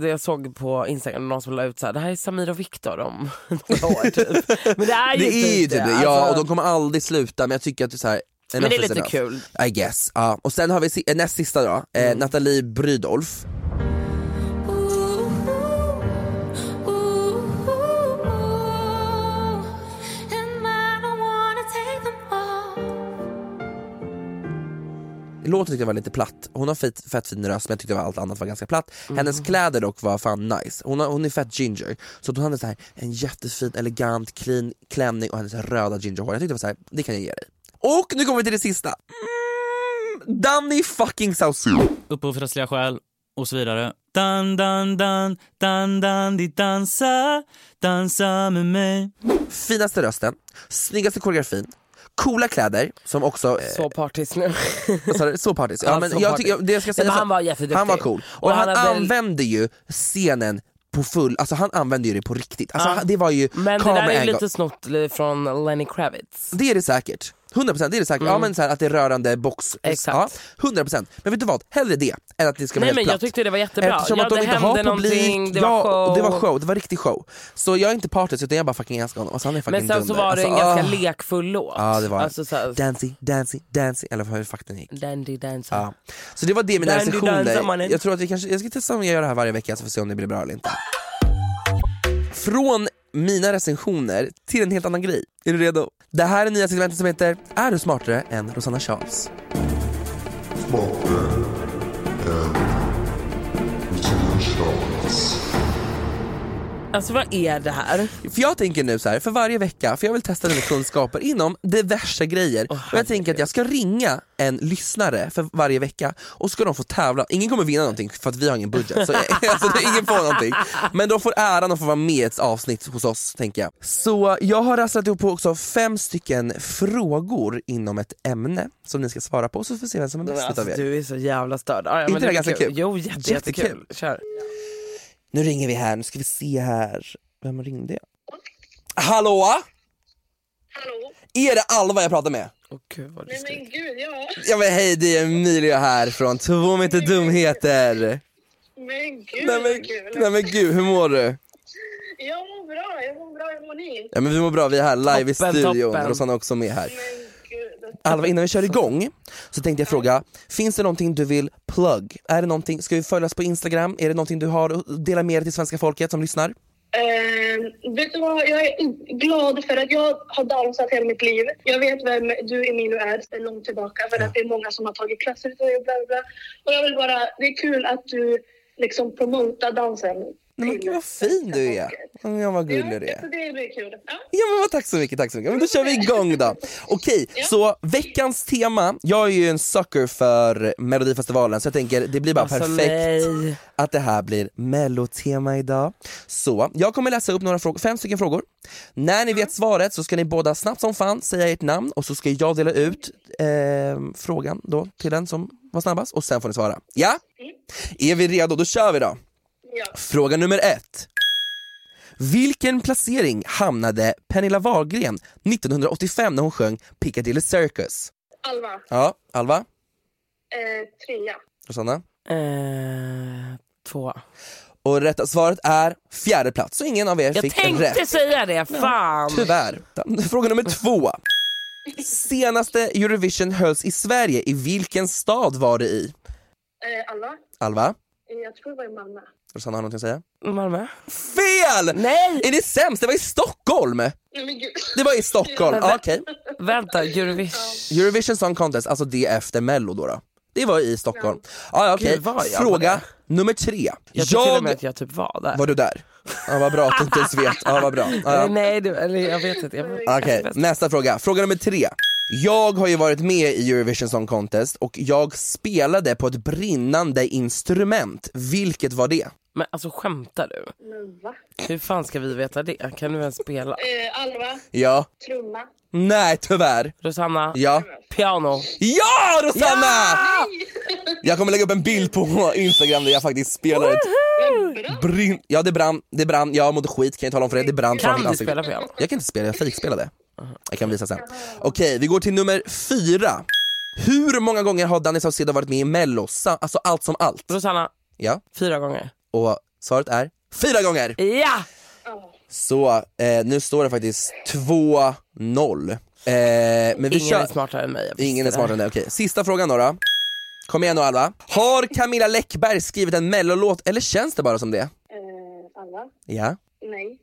A: det jag såg på Instagram någon som la ut så här, det här är Samir och Viktor om [laughs] några år typ. Men det är ju
B: Det är ju
A: typ
B: typ det, ja och de kommer aldrig sluta men jag tycker att det är så här,
A: Men det är
B: enough is
A: lite
B: enough.
A: kul. Mm.
B: I guess. ja. Och sen har vi si- eh, näst sista då, eh, Nathalie Brydolf. Låten tyckte jag var lite platt, hon har fett, fett fin röst men jag tyckte att allt annat var ganska platt.
A: Mm.
B: Hennes kläder dock var fan nice, hon, har, hon är fett ginger. Så hon hade så här, en jättefin elegant clean klänning och hennes röda gingerhår. Jag tyckte det var så här, det kan jag ge dig. Och nu kommer vi till det sista. Mm, Danny fucking Saucedo.
H: Upphovsrättsliga skäl och så vidare. Dan, dan, dan, dan, dan, di dansa, dansa med mig.
B: Finaste rösten, snyggaste koreografin, coola kläder som också... eh, [laughs]
A: Så partisk nu.
B: Vad sa du? så partisk. Ja,
A: Ja,
B: men
A: så
B: jag
A: partisk.
B: tycker, det jag ska
A: Nej,
B: säga
A: men
B: så-
A: han var jätteduktig.
B: Han var cool. Och,
A: Och
B: han,
A: han hade-
B: använde ju scenen på full, alltså han använde ju det på riktigt. Alltså, han- Det var ju
A: Men det där är ju
B: kameraangle.
A: lite snott från Lenny Kravitz.
B: Det är det säkert. 100% det är det säkert. Ja men så här, att det är rörande box.
A: Mm. Exakt.
B: Ja, 100%. Men vet du vad? Hellre det än att det ska vara
A: Nej
B: helt
A: men
B: platt.
A: jag tyckte det var jättebra.
B: Eftersom
A: ja,
B: att de
A: det
B: inte har
A: hände
B: publik,
A: någonting, det
B: ja,
A: var show.
B: och det var show, det var riktig show. Så jag är inte partisk utan jag bara fucking älskar honom. Alltså, han är fucking
A: Men sen så
B: dunder.
A: var det en
B: Alltså,
A: ganska
B: ah.
A: lekfull låt.
B: Ja det var
A: alltså, så här,
B: Dancy, dancy, dancy, eller hur fakten gick.
A: Dandy Dancer.
B: Ja. Så det var det med mina
A: Dandy dancer,
B: recensioner.
A: mannen.
B: Jag tror att vi kanske, jag ska testa om jag gör det här varje vecka så får vi se om det blir bra eller inte. Från mina recensioner till en helt annan grej. Är du redo? Det här är nya segmentet som heter Är du smartare än Rosanna Charles?
A: Alltså vad är det här?
B: För jag tänker nu så här, för varje vecka, för jag vill testa dina kunskaper inom diverse grejer. och jag tänker att jag ska ringa en lyssnare för varje vecka och ska de få tävla. Ingen kommer vinna någonting för att vi har ingen budget, så [laughs] alltså, det- ingen får någonting. Men de får äran att få vara med i ett avsnitt hos oss tänker jag. Så jag har rasslat ihop också fem stycken frågor inom ett ämne som ni ska svara på, så får vi se vem som är bäst
A: Alltså,
B: utav er.
A: du är så jävla störd. Ja, ja,
B: Inte
A: men
B: det
A: är
B: ganska kul?
A: Jo jätte,
B: Jättekul.
A: jättekul. Kör.
B: Nu ringer vi här, nu ska vi se här. Vem ringde jag? Hallå? Hallå? Är det Alva jag pratar med?
A: Åh gud vad du skriker.
C: Gud, ja.
B: Ja men hej, det är Emilio här från Två meter dumheter.
C: Men gud,
B: Nej men, nej men gud, hur mår du?
C: jag mår bra. Jag mår bra. Hur mår ni?
B: Ja men vi mår bra, vi är här live
A: Toppen,
B: i studion.
A: toppen.
B: Rosanna är också med här.
C: Gud.
B: Alva, innan vi kör igång så tänkte jag fråga, finns det någonting du vill plug? Är det någonting, ska vi följas på Instagram? Är det någonting du har att dela med dig till svenska folket som lyssnar?
C: Eh, vet du vad? Jag är glad för att jag har dansat hela mitt liv. Jag vet vem du, Emilio, är sedan långt tillbaka. För att det är många som har tagit klasser utav dig och bla, bla, bla. Och jag vill bara... Det är kul att du liksom promotar dansen.
B: Nej, men gud vad fin du är. Ja, men vad gullig du
C: Ja, så
B: är.
C: det blir kul. Ja.
B: Ja, men vad- tack så mycket, tack så mycket. Men då kör vi igång då. Okej, så veckans tema. Jag är ju en sucker för Melodifestivalen så jag tänker det blir bara
A: Alltså,
B: perfekt att det här blir mellotema idag. Så jag kommer läsa upp några frågor, fem stycken frågor. När ni vet svaret så ska ni båda snabbt som fan säga ert namn och så ska jag dela ut eh, frågan då till den som var snabbast och sen får ni svara. Ja? Är vi redo? Då kör vi då. Fråga nummer ett. Vilken placering hamnade Pernilla Wahlgren 1985 när hon sjöng Piccadilly Circus?
C: Alva,
B: Ja, Alva?
C: eh, trea.
B: Rosanna?
A: Eh, två.
B: Och rätta svaret är fjärde plats, så ingen av er
A: Jag
B: fick
A: tänkte
B: rätt. Typ.
A: säga det, fan.
B: Tyvärr. Fråga nummer två. Senaste Eurovision hölls i Sverige, i vilken stad var det i?
C: Eh, Alva,
B: Alva?
C: eh, jag tror det var i Malmö.
B: Rosanna har någonting att säga?
A: Malmö.
B: Fel! Nej! Är det sämst? Det var i Stockholm!
C: Nej men gud.
B: Det var i Stockholm,
A: Men vä-
B: ah, okej.
A: Vänta, Eurovision.
B: Eurovision Song Contest, alltså det efter mello då. då. Det var i Stockholm. Ah, ja, okej.
A: Gud, var jag
B: Fråga nummer tre.
A: Jag tror till och med att jag typ var där.
B: Var du där? Ja, vad bra att du inte ens vet. Ja, vad bra. Ja, ja.
A: Eller Nej, du, eller jag vet inte. Jag...
B: Okej, nästa fråga. Fråga nummer tre. Jag har ju varit med i Eurovision Song Contest och jag spelade på ett brinnande instrument. Vilket var det?
A: Men alltså skämtar du?
C: Men va?
A: Hur fan ska vi veta det? Kan du ens spela?
C: Eh, Alva,
B: Ja.
C: trumma.
B: Nej, tyvärr.
A: Rosanna,
B: Ja.
A: piano.
B: Ja, Rosanna! Jag kommer lägga upp en bild på Instagram där jag faktiskt spelar ett brinn... Ja, det brann. Det brann. Jag mådde skit kan jag tala om för er. Det brann
A: Kan
B: framför
A: du
B: ansiktet.
A: spela piano?
B: Jag kan inte spela, jag fikspelade. Jag kan visa sen. Okej, vi går till nummer fyra. Hur många gånger har Danny Saucedo varit med i Mello? Sa- Alltså allt som allt.
A: Rosanna,
B: Ja,
A: fyra gånger.
B: och svaret är fyra gånger!
A: Ja!
B: Så eh, nu står det faktiskt 2-0. Eh, men vi
A: Ingen
B: kör...
A: är smartare än mig. jag visste
B: Ingen är
A: det.
B: smartare än dig. Okej, sista frågan då. då. Kom igen nu Alva. Har Camilla Läckberg skrivit en mellolåt eller känns det bara som det?
C: Eh, Alva,
B: Ja,
C: nej.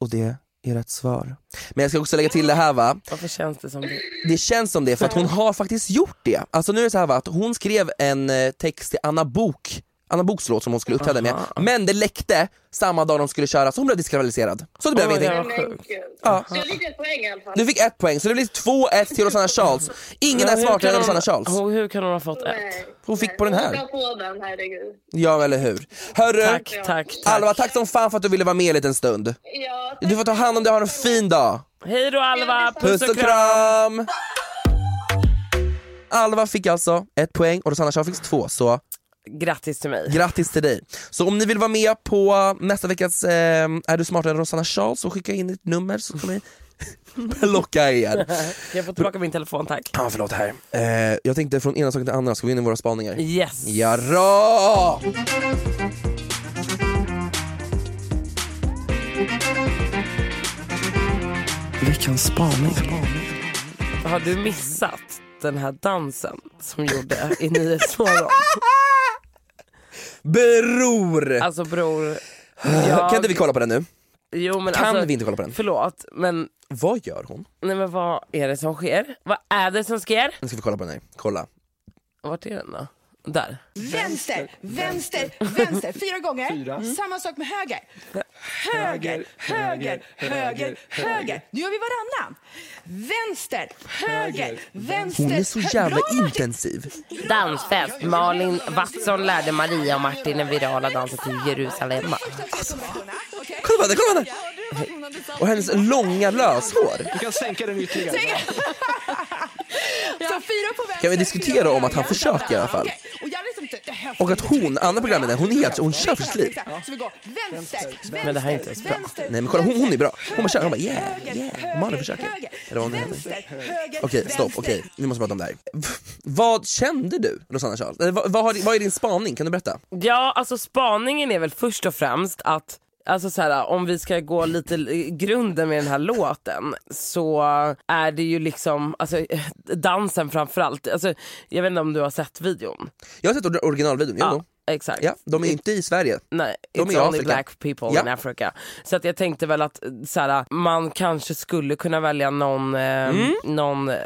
B: och det är rätt svar. Men jag ska också lägga till det här va.
A: Varför känns det som det?
B: Det känns som det för att hon har faktiskt gjort det. Alltså nu är det så här va, att hon skrev en eh, text till Anna Bok Anna Boks låt som hon skulle uppträda med, men det läckte samma dag de skulle köra så hon blev diskvalificerad. Så det blev
A: Oj,
B: ingenting.
A: det var
C: Nej,
A: sjukt.
C: gud.
B: Ja.
C: Så jag fick ett poäng i alla fall.
B: Du fick ett poäng, så det blir 2-1 till Rosanna Charles. Ingen är
A: Men hur
B: smartare
A: kan
B: än
A: hon-
B: Rosanna Charles.
A: Hon, hur kan hon ha fått ett?
C: Nej.
B: Hon fick på den
C: Jag
B: här.
C: ska få den, herregud.
B: Ja, eller hur? Hörru,
A: Tack, tack, tack.
B: Alva, tack som fan för att du ville vara med en liten stund.
C: Ja,
B: Du får ta hand om dig, ha en fin dag.
A: Hej då Alva,
B: Puss och kram! Alva fick alltså ett poäng och Rosanna Charles fick två, så
A: Grattis till mig.
B: grattis till dig. Så om ni vill vara med på nästa veckas eh, Är du smartare än Rosanna Charles så skicka in ett nummer så [laughs] kommer vi plocka er.
A: Jag får tillbaka min telefon tack.
B: Ah, förlåt här. Eh, jag tänkte från ena saken till andra, ska vi in i våra spaningar?
A: Yes.
B: Jadå!
G: Veckans spaning.
A: Har du missat den här dansen som gjorde i Nyhetsmorgon?
B: [laughs] Bror!
A: Alltså bror. Jag...
B: Kan inte vi kolla på den nu?
A: jo, men
B: Kan
A: alltså,
B: vi inte kolla på den?
A: Förlåt men,
B: Vad gör hon?
A: nej, men vad är det som sker? Vad är det som sker?
B: Nu ska vi kolla på den här. Kolla.
A: Vart är den då? Där.
I: Vänster, vänster, vänster. Fyra gånger. Samma sak med höger. Höger, höger, höger, höger. Nu gör vi varannan. Vänster, höger, vänster.
B: Hon är så
I: hö-
B: jävla
I: Bra, Martin!
B: intensiv.
A: Dansfest. Malin Watson lärde Maria och Martin den virala dansen till Jerusalem.
I: Okej.
B: Kolla på henne, kolla på henne!
I: Hörde vad hon hade sagt?
B: Och hennes långa löshår.
G: Du kan sänka den ytterligare.
I: Så fyra på vänster,
B: Kan vi diskutera om att
I: fyra
B: han
I: på
B: försöker i alla fall?
I: Okej. Och, jag liksom, det här- typ
B: Och att hon, andra programledaren, hon är helt- hon kör för sitt liv.
I: Så vi går vänster, vänster,
A: Men det här är inte ens bra.
I: vänster,
B: Nej men kolla hon, hon är bra. Hon bara kör, hon bara
I: höger,
B: yeah, yeah. Malin försöker.
I: höger,
B: Eller vad hon nu heter.
I: vänster, höger,
B: Okej stopp,
I: vänster.
B: okej vi måste prata om det här. Vad kände du Rosanna Charles? Eller, vad, vad, har, vad är din spaning? Kan du berätta?
A: Ja, alltså spaningen är väl först och främst att Alltså så här, om vi ska gå lite i grunden med den här låten så är det ju liksom, alltså dansen framförallt. Alltså, jag vet inte om du har sett videon?
B: Jag har sett or- originalvideon, jo
A: Ja.
B: då.
A: Exakt.
B: Ja, de är inte i Sverige.
A: Nej,
B: de
A: it's
B: är i
A: only
B: Afrika.
A: black people
B: Ja.
A: in Africa. Så att jag tänkte väl att så här, man kanske skulle kunna välja någon, eh,
B: Mm.
A: någon, eh,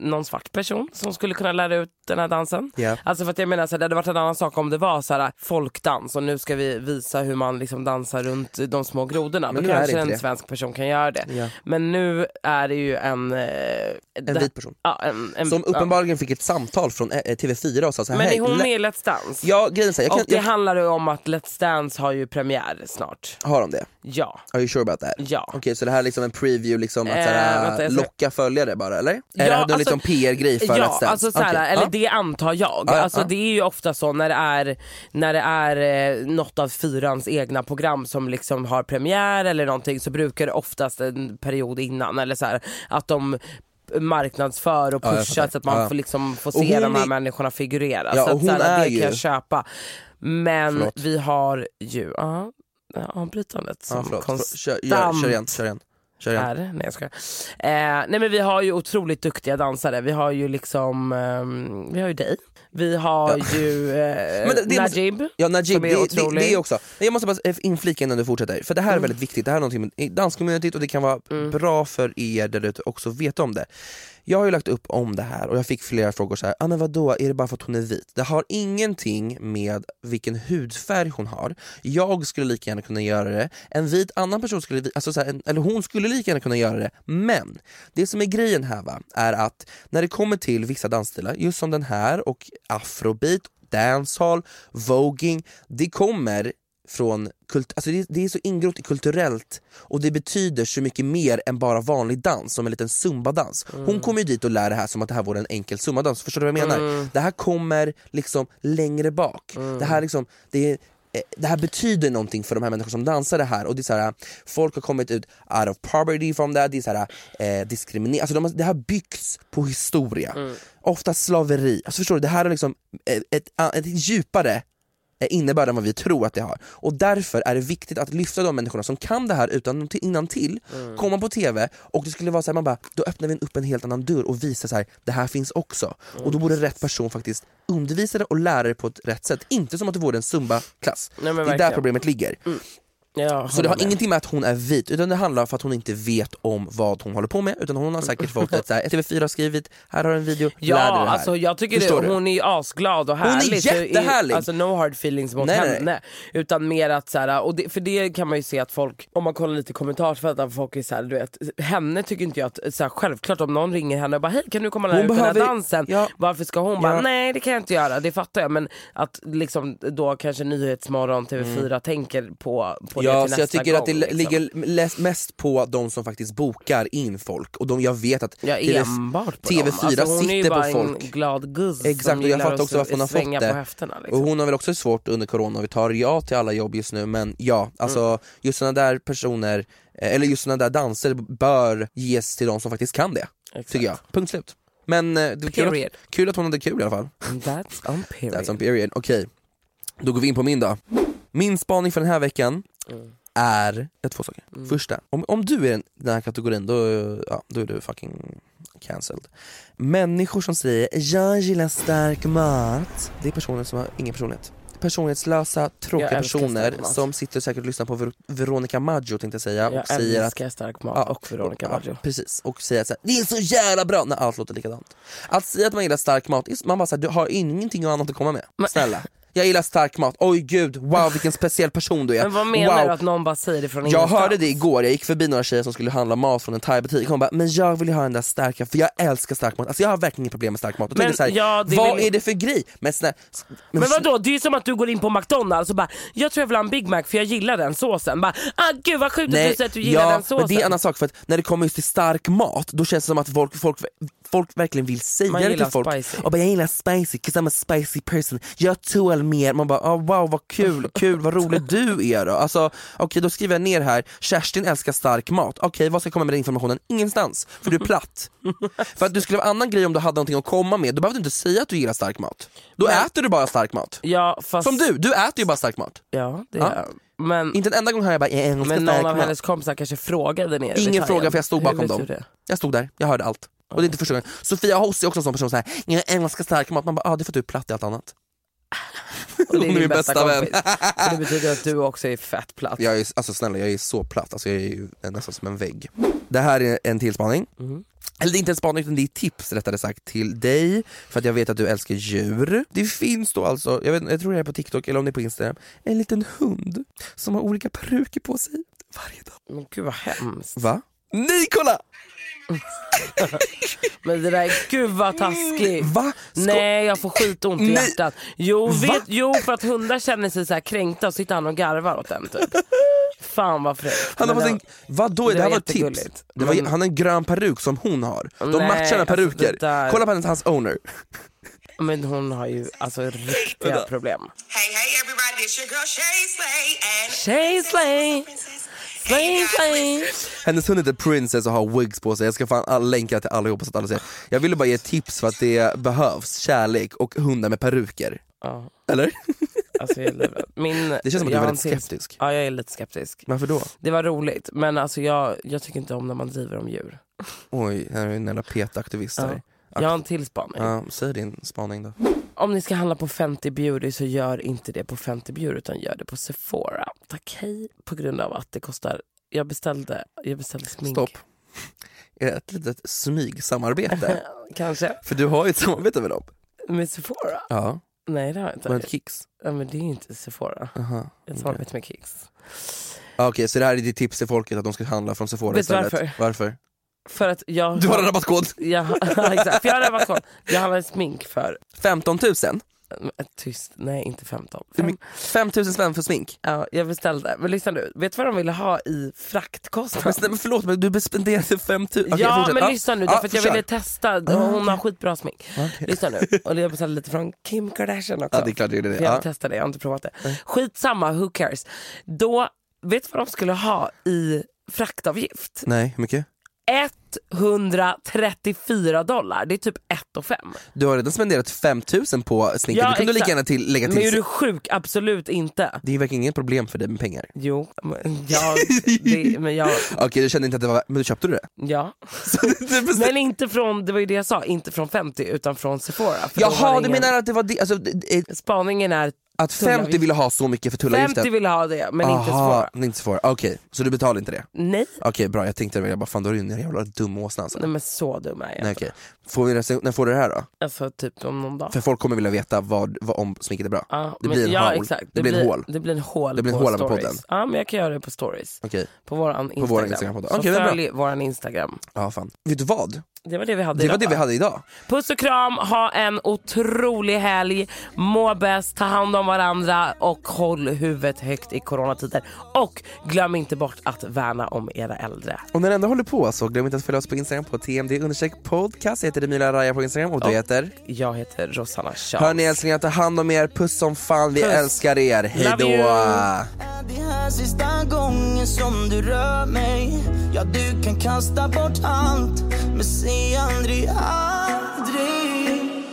A: någon svart person som skulle kunna lära ut den här dansen.
B: Ja.
A: Alltså för att jag menar så här, det hade varit en annan sak om det var så här, folkdans och nu ska vi visa hur man liksom dansar runt de små grodorna.
B: Men
A: Då
B: nu är det
A: kanske
B: inte
A: en
B: det.
A: svensk person kan göra det.
B: Ja.
A: Men nu är det ju en... Eh, det-
B: vit person.
A: Ja, en, en,
B: Som
A: ja.
B: uppenbarligen fick ett samtal från eh, eh, TV4 och sa så här,
A: Men
B: "Hej,
A: är hon
B: lä-
A: med i Let's Dance?
B: Ja, grejen är så här, jag
A: och
B: kan,
A: det
B: jag,
A: handlar ju om att Let's Dance har ju premiär snart.
B: har de det?
A: Ja.
B: Are you sure about that?
A: Ja.
B: Okej, så det här är liksom en preview, liksom att
A: Eh,
B: så här,
A: vänta, jag ska- alltså,
B: locka följare bara eller? Eller hade de liksom PR-grej för
A: ja,
B: Let's Dance?
A: Alltså, såhär,
B: Okej,
A: Eller
B: ja.
A: det antar jag.
B: Ja, ja,
A: alltså,
B: ja.
A: Det är ju ofta så när det är, när det är eh, något av fyrans egna program som liksom har premiär eller någonting så brukar det oftast en period innan eller såhär, att de marknadsför och
B: Ja, jag
A: pushar
B: fattar.
A: så att man
B: Ja, ja.
A: får, liksom, får
B: Och
A: se de
B: hon
A: här
B: är-
A: människorna figurera.
B: Ja,
A: så
B: och
A: att, såhär,
B: hon är
A: det kan jag
B: ju-
A: köpa. Men
B: Förlåt.
A: vi har ju ja, avbrytandet som
B: Ja, förlåt. Förlåt.
A: konstant
B: Kör, gör, kör igen, kör igen. Kör igen.
A: är. Nej jag skojar. Eh, nej men vi har ju otroligt duktiga dansare. Vi har ju liksom, ehm, vi har ju dig. Vi har
B: [laughs]
A: ju eh,
B: Men det- det måste-
A: Najib.
B: Ja, Najib,
A: som är
B: det, det,
A: otrolig. Mm.
B: det är också. Men Jag måste bara eh, inflika innan du fortsätter, för det här är väldigt viktigt. Det här är någonting med danscommunityt och det kan vara bra för er där ute också att veta om det. Jag har ju lagt upp om det här och jag fick flera frågor så här. Ah, men vadå, är det bara för att hon är vit? Det har ingenting med vilken hudfärg hon har. Jag skulle lika gärna kunna göra det, en vit annan person skulle, vi- alltså så här, en, eller hon skulle lika gärna kunna göra det. Men det som är grejen här va, är att när det kommer till vissa dansstilar, just som den här och afrobeat dancehall, voguing, det kommer från kult, alltså det, det är så ingrott i kulturellt och det betyder så mycket mer än bara vanlig dans, som en liten zumbadans. Hon kommer ju dit och lär det här som att det här vore en enkel zumbadans, förstår du vad jag menar? Det här kommer liksom längre bak. Det här liksom, det är eh, det här betyder någonting för de här människorna som dansar det här och det är så här, folk har kommit ut out of poverty from that, det är så här, eh, diskriminering, alltså de har, det har byggts på historia. Ofta slaveri, alltså förstår du, det här är liksom eh, ett, ett djupare eh, innebörd än vad vi tror att det har. Och därför är det viktigt att lyfta de människorna som kan det här utan innan till
A: Mm.
B: komma på TV och det skulle vara så här, man bara, då öppnar vi upp en helt annan dörr och visar så här, det här finns också.
A: Mm,
B: Och då borde rätt person faktiskt undervisa det och lära det på ett rätt sätt. Inte som att det vore en zumba-klass.
A: Nej, men
B: det är där
A: verkligen.
B: problemet ligger.
A: Ja,
B: Så det har
A: håller med.
B: ingenting med att hon är vit, utan det handlar om för att hon inte vet om vad hon håller på med, utan hon har säkert fått ett så här, TV4 har skrivit, här har du en video,
A: Ja,
B: lär dig det här.
A: alltså jag tycker
B: Förstår
A: det,
B: du?
A: hon är ju asglad och
B: är
A: härlig. så det
B: jättehärlig.
A: Alltså no hard feelings mot
B: Nej, nej,
A: henne. Utan mer att så här, och det, för det kan man ju se att folk, om man kollar lite i kommentarsfältet, att folk är så här, du vet, henne tycker inte jag att, så här, självklart om någon ringer henne och bara hej kan du komma och lära
B: Hon
A: ut den
B: behöver-
A: här dansen?
B: Ja.
A: Varför ska hon bara
B: Ja.
A: nej det kan jag inte göra, det fattar jag. Men att liksom då kanske Nyhetsmorgon TV4 tänker på, på det
B: Mm. Ja,
A: till
B: så jag
A: nästa
B: tycker
A: gång,
B: att det
A: liksom.
B: ligger läs- mest på de som faktiskt bokar in folk och de jag vet att
A: Ja, enbart på
B: TV4
A: dem. Alltså, hon är ju
B: sitter
A: bara
B: på folk.
A: en glad guzz
B: Exakt,
A: som
B: och jag
A: gillar
B: fattar
A: att
B: också varför hon har
A: svänga
B: fått det.
A: på höfterna. Liksom.
B: Och hon har väl också svårt under corona, vi tar ja till alla jobb just nu men ja, alltså
A: Mm.
B: just sådana där personer, eh, eller just sådana där danser bör ges till de som faktiskt kan det.
A: Exakt.
B: Tycker jag. Punkt slut. Men eh, det var kul
A: Period.
B: att, kul att hon hade kul i alla fall.
A: That's on period.
B: That's on period. Okej, då går vi in på min då. Min spaning för den här veckan
A: Mm.
B: är är två saker. Första, om, om du är den, den här kategorin då, ja, då är du fucking cancelled. Människor som säger “jag gillar stark mat”, det är personer som har ingen personlighet. Personlighetslösa, tråkiga
A: Jag älskar
B: personer
A: stark mat.
B: som sitter säkert och lyssnar på Ver- Veronica Maggio tänkte jag säga och
A: Jag
B: säger att
A: älskar stark mat
B: Ja,
A: och Veronica Maggio.
B: Ja, precis, och säga att det är så jävla bra när allt låter likadant. Att säga att man gillar stark mat, det är så- man bara såhär, du har ingenting annat att komma med. Snälla. Jag gillar stark mat, oj gud, wow vilken speciell person du är.
A: Men vad menar
B: wow.
A: du att någon bara säger det från
B: Jag
A: ingenstans?
B: hörde det igår, jag gick förbi några tjejer som skulle handla mat från en thaibutik, hon bara “men jag vill ju ha den där starka, för jag älskar stark mat”. Alltså jag har verkligen inget problem med stark mat. Och
A: Men
B: tänkte så här,
A: ja, det
B: vad
A: vill-
B: är det för grej? Men, snä...
A: Men vadå, det är ju som att du går in på McDonalds och bara “jag tror jag vill ha en Big Mac för jag gillar den såsen”. Bara, ah, “Gud vad sjukt att du säger att du gillar
B: ja,
A: den såsen”.
B: Men det är en annan sak, för att när det kommer just till stark mat, då känns det som att folk, folk, folk verkligen vill säga
A: Man
B: det till
A: gillar
B: folk.
A: spicy.
B: Och bara, jag gillar spicy, 'cause I'm a spicy person. Jag tål mer. Man bara, oh, wow vad
A: [laughs]
B: kul, kul, vad rolig du är då. Alltså, Okej, då skriver jag ner här, Kerstin älskar stark mat. Okej, vad ska jag komma med den informationen? Ingenstans, för du
A: [laughs]
B: är platt. för att du skulle ha en annan grej om du hade någonting att komma med, då behöver du inte säga att du gillar stark mat. Då äter du bara stark mat.
A: ja, fast...
B: Som du, du äter ju bara stark mat.
A: Ja, det
B: Ja.
A: är... Men,
B: Inte en enda gång har jag bara, jag älskar
A: men
B: stark
A: någon av
B: mat.
A: hennes kompisar kanske frågade ner i
B: Ingen
A: detaljen.
B: fråga för jag stod
A: Hur
B: bakom
A: vet
B: dem.
A: du
B: [laughs]
A: det?
B: Jag stod där, jag hörde allt. Och det är inte första gången. Sofia Hoss är också en sån person, så här, jag älskar stark mat. Man bara, ah, det är för att du är platt i allt annat.
A: Och det är
B: Hon är
A: din
B: min
A: bästa,
B: bästa vän.
A: kompis. Så det betyder att du också är fett platt.
B: Jag är, alltså snälla jag är så platt, alltså jag är ju nästan som en vägg. Det här är en till spaning. Mm. Eller det är inte en spaning utan det är tips rättare sagt till dig, för att jag vet att du älskar djur. Det finns då alltså, jag, vet, jag tror det är på TikTok eller om det är på Instagram, en liten hund som har olika peruker på sig varje dag.
A: Men gud vad hemskt.
B: Va? Nej kolla!
A: Men det där, gud vad taskigt.
B: Mm. Va?
A: Nej jag får skitont i
B: Nej.
A: hjärtat. Jo,
B: Va?
A: vet, jo för att hundar känner sig så här kränkta och sitter han och garvar åt den
B: [laughs]
A: typ. Fan vad fräckt.
B: Han har
A: Men
B: fått en,
A: det-
B: vadå, det, det här var ett tips.
A: jättegulligt.
B: Det var,
A: Men-
B: han har en grön peruk som hon har. De
A: Nej,
B: matchar med
A: alltså,
B: peruker.
A: det där-
B: Kolla på hennes, hans owner.
A: Men hon har ju alltså riktiga
B: Vänta.
A: problem.
J: Hey, hey, everybody, it's your girl Shay Slay and
A: Shay Slay. Slay, slay.
B: Hennes hund heter Princess och har wigs på sig. Jag ska fan all länka till allihopa så att alla ser. Jag ville bara ge tips för att det behövs kärlek och hundar med peruker.
A: Ja.
B: Eller?
A: Alltså, jag är livrädd. Min,
B: Det känns som att du
A: jag
B: är
A: har
B: väldigt
A: en till-
B: skeptisk.
A: Ja, jag är lite skeptisk.
B: Varför då?
A: Det var roligt, men alltså jag, jag tycker inte om när man driver om djur.
B: Oj, här är en jävla PETA-aktivist här.
A: Jag har en till spaning.
B: Ja, säg din spaning då.
A: Om ni ska handla på Fenty Beauty så gör inte det på Fenty Beauty utan gör det på Sephora. Tack hej. På grund av att det kostar... Jag beställde, jag beställde smink.
B: Stopp. Är det ett litet
A: [laughs]
B: smygsamarbete?
A: Kanske.
B: För du har ju ett samarbete med dem.
A: Med Sephora?
B: Ja.
A: Nej det har jag inte.
B: Med Kicks?
A: Ja, men det är ju inte Sephora.
B: Aha,
A: Ett samarbete med Kicks.
B: Ja, Ah, Okej, så det här är ditt tips till folket att de ska handla från Sephora
A: Vet du
B: istället?
A: varför?
B: Varför?
A: För att jag...
B: Du har en rabattkod!
A: Jag, exakt, för jag har [laughs] en rabattkod. Jag handlade smink för...
B: 15 000?
A: Äh, Tyst, nej inte 15.
B: Hur mycket- 5 000 spänn för smink?
A: Ja, jag beställde. Men lyssna nu, vet du vad de ville ha i
B: Men,
A: fraktkostnad?
B: snälla, men förlåt, men du spenderade 5 000? Okej,
A: ja
B: fortsätt. Ah.
A: men lyssna nu, därför att jag
B: försök.
A: ville testa, hon
B: Ah,
A: har skitbra smink. Lyssna nu, och jag beställde lite från Kim Kardashian också.
B: [laughs] Ja, det är klart du gjorde det. Ah.
A: För jag
B: Ja.
A: vill testa det, jag har inte provat det. Skitsamma, who cares. Då, vet du vad de skulle ha i fraktavgift?
B: Nej, hur mycket?
A: 134 dollar, det är typ 1 5.
B: Du har redan spenderat 5 000 på sminket, du kunde lika gärna till, lägga till
A: Men är
B: sig.
A: du sjuk? Absolut inte.
B: Det är verkligen inget problem för dig med pengar.
A: Jo, men
B: [laughs]
A: jag, det, men jag,
B: Okej, du kände inte att det var Men du köpte du det? [laughs]
A: ja. Men inte från, det var ju det jag sa, inte från 50 utan från Sephora. för då var
B: Jaha, du
A: ingen-
B: menar att det var det? Alltså, det är...
A: Spaningen är
B: att 50 ville ha så mycket för tullavgiften?
A: 50 ville ha det, men inte
B: Aha,
A: Sephora.
B: men inte svåra. Okej, så du betalade inte det?
A: Nej.
B: Okej bra, jag tänkte väl, jag bara fan då är du en jävla dum åsna alltså.
A: Nej men så dum är jag
B: Nej,
A: inte.
B: okej. får vi, rec- när får du det här då?
A: Alltså typ om någon dag.
B: För folk kommer vilja veta vad, vad, om sminket är bra.
A: Ja,
B: det
A: men-
B: blir en
A: ja,
B: hål.
A: Exakt.
B: Det, blir en hål.
A: Det blir en hål
B: Det blir en
A: på
B: hål på
A: stories.
B: podden.
A: Ja men jag kan göra det på stories.
B: Okej.
A: På våran Instagram.
B: våran Instagram-podd.
A: Så
B: Okej, men bra.
A: följ våran Instagram.
B: Ja fan. Vet du vad?
A: Det var det vi hade
B: Det var
A: idag,
B: det vi
A: va?
B: hade idag.
A: Puss och kram, ha en otrolig helg. Må bäst, ta hand om varandra och håll huvudet högt i coronatider. Och glöm inte bort att värna om era äldre.
B: Och när det ändå håller på så glöm inte att följa oss på Instagram på tmd podcast. Jag heter Emilia Raja på Instagram och du
A: Och
B: heter?
A: Jag heter Rosanna Charles.
B: Hörni älsklingar, ta hand om er. Puss som fan. Vi
A: Puss.
B: älskar er. Hejdå!
A: Love you.
K: Det här sista gången som du rör mig Ja, du kan kasta bort allt Men säg aldrig, aldrig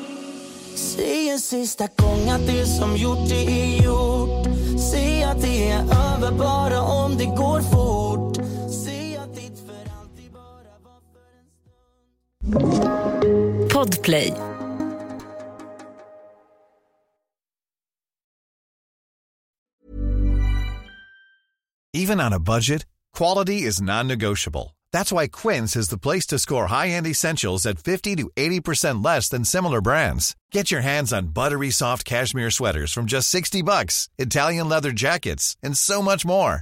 K: Säg en sista gång att det som gjort det är gjort Säg att det är över bara om det går fort Säg att ditt för alltid bara var för en stund Podplay
L: Even on a budget, quality is non-negotiable. That's why Quince is the place to score high-end essentials at 50 to 80% less than similar brands. Get your hands on buttery soft cashmere sweaters from just 60 bucks, Italian leather jackets, and so much more.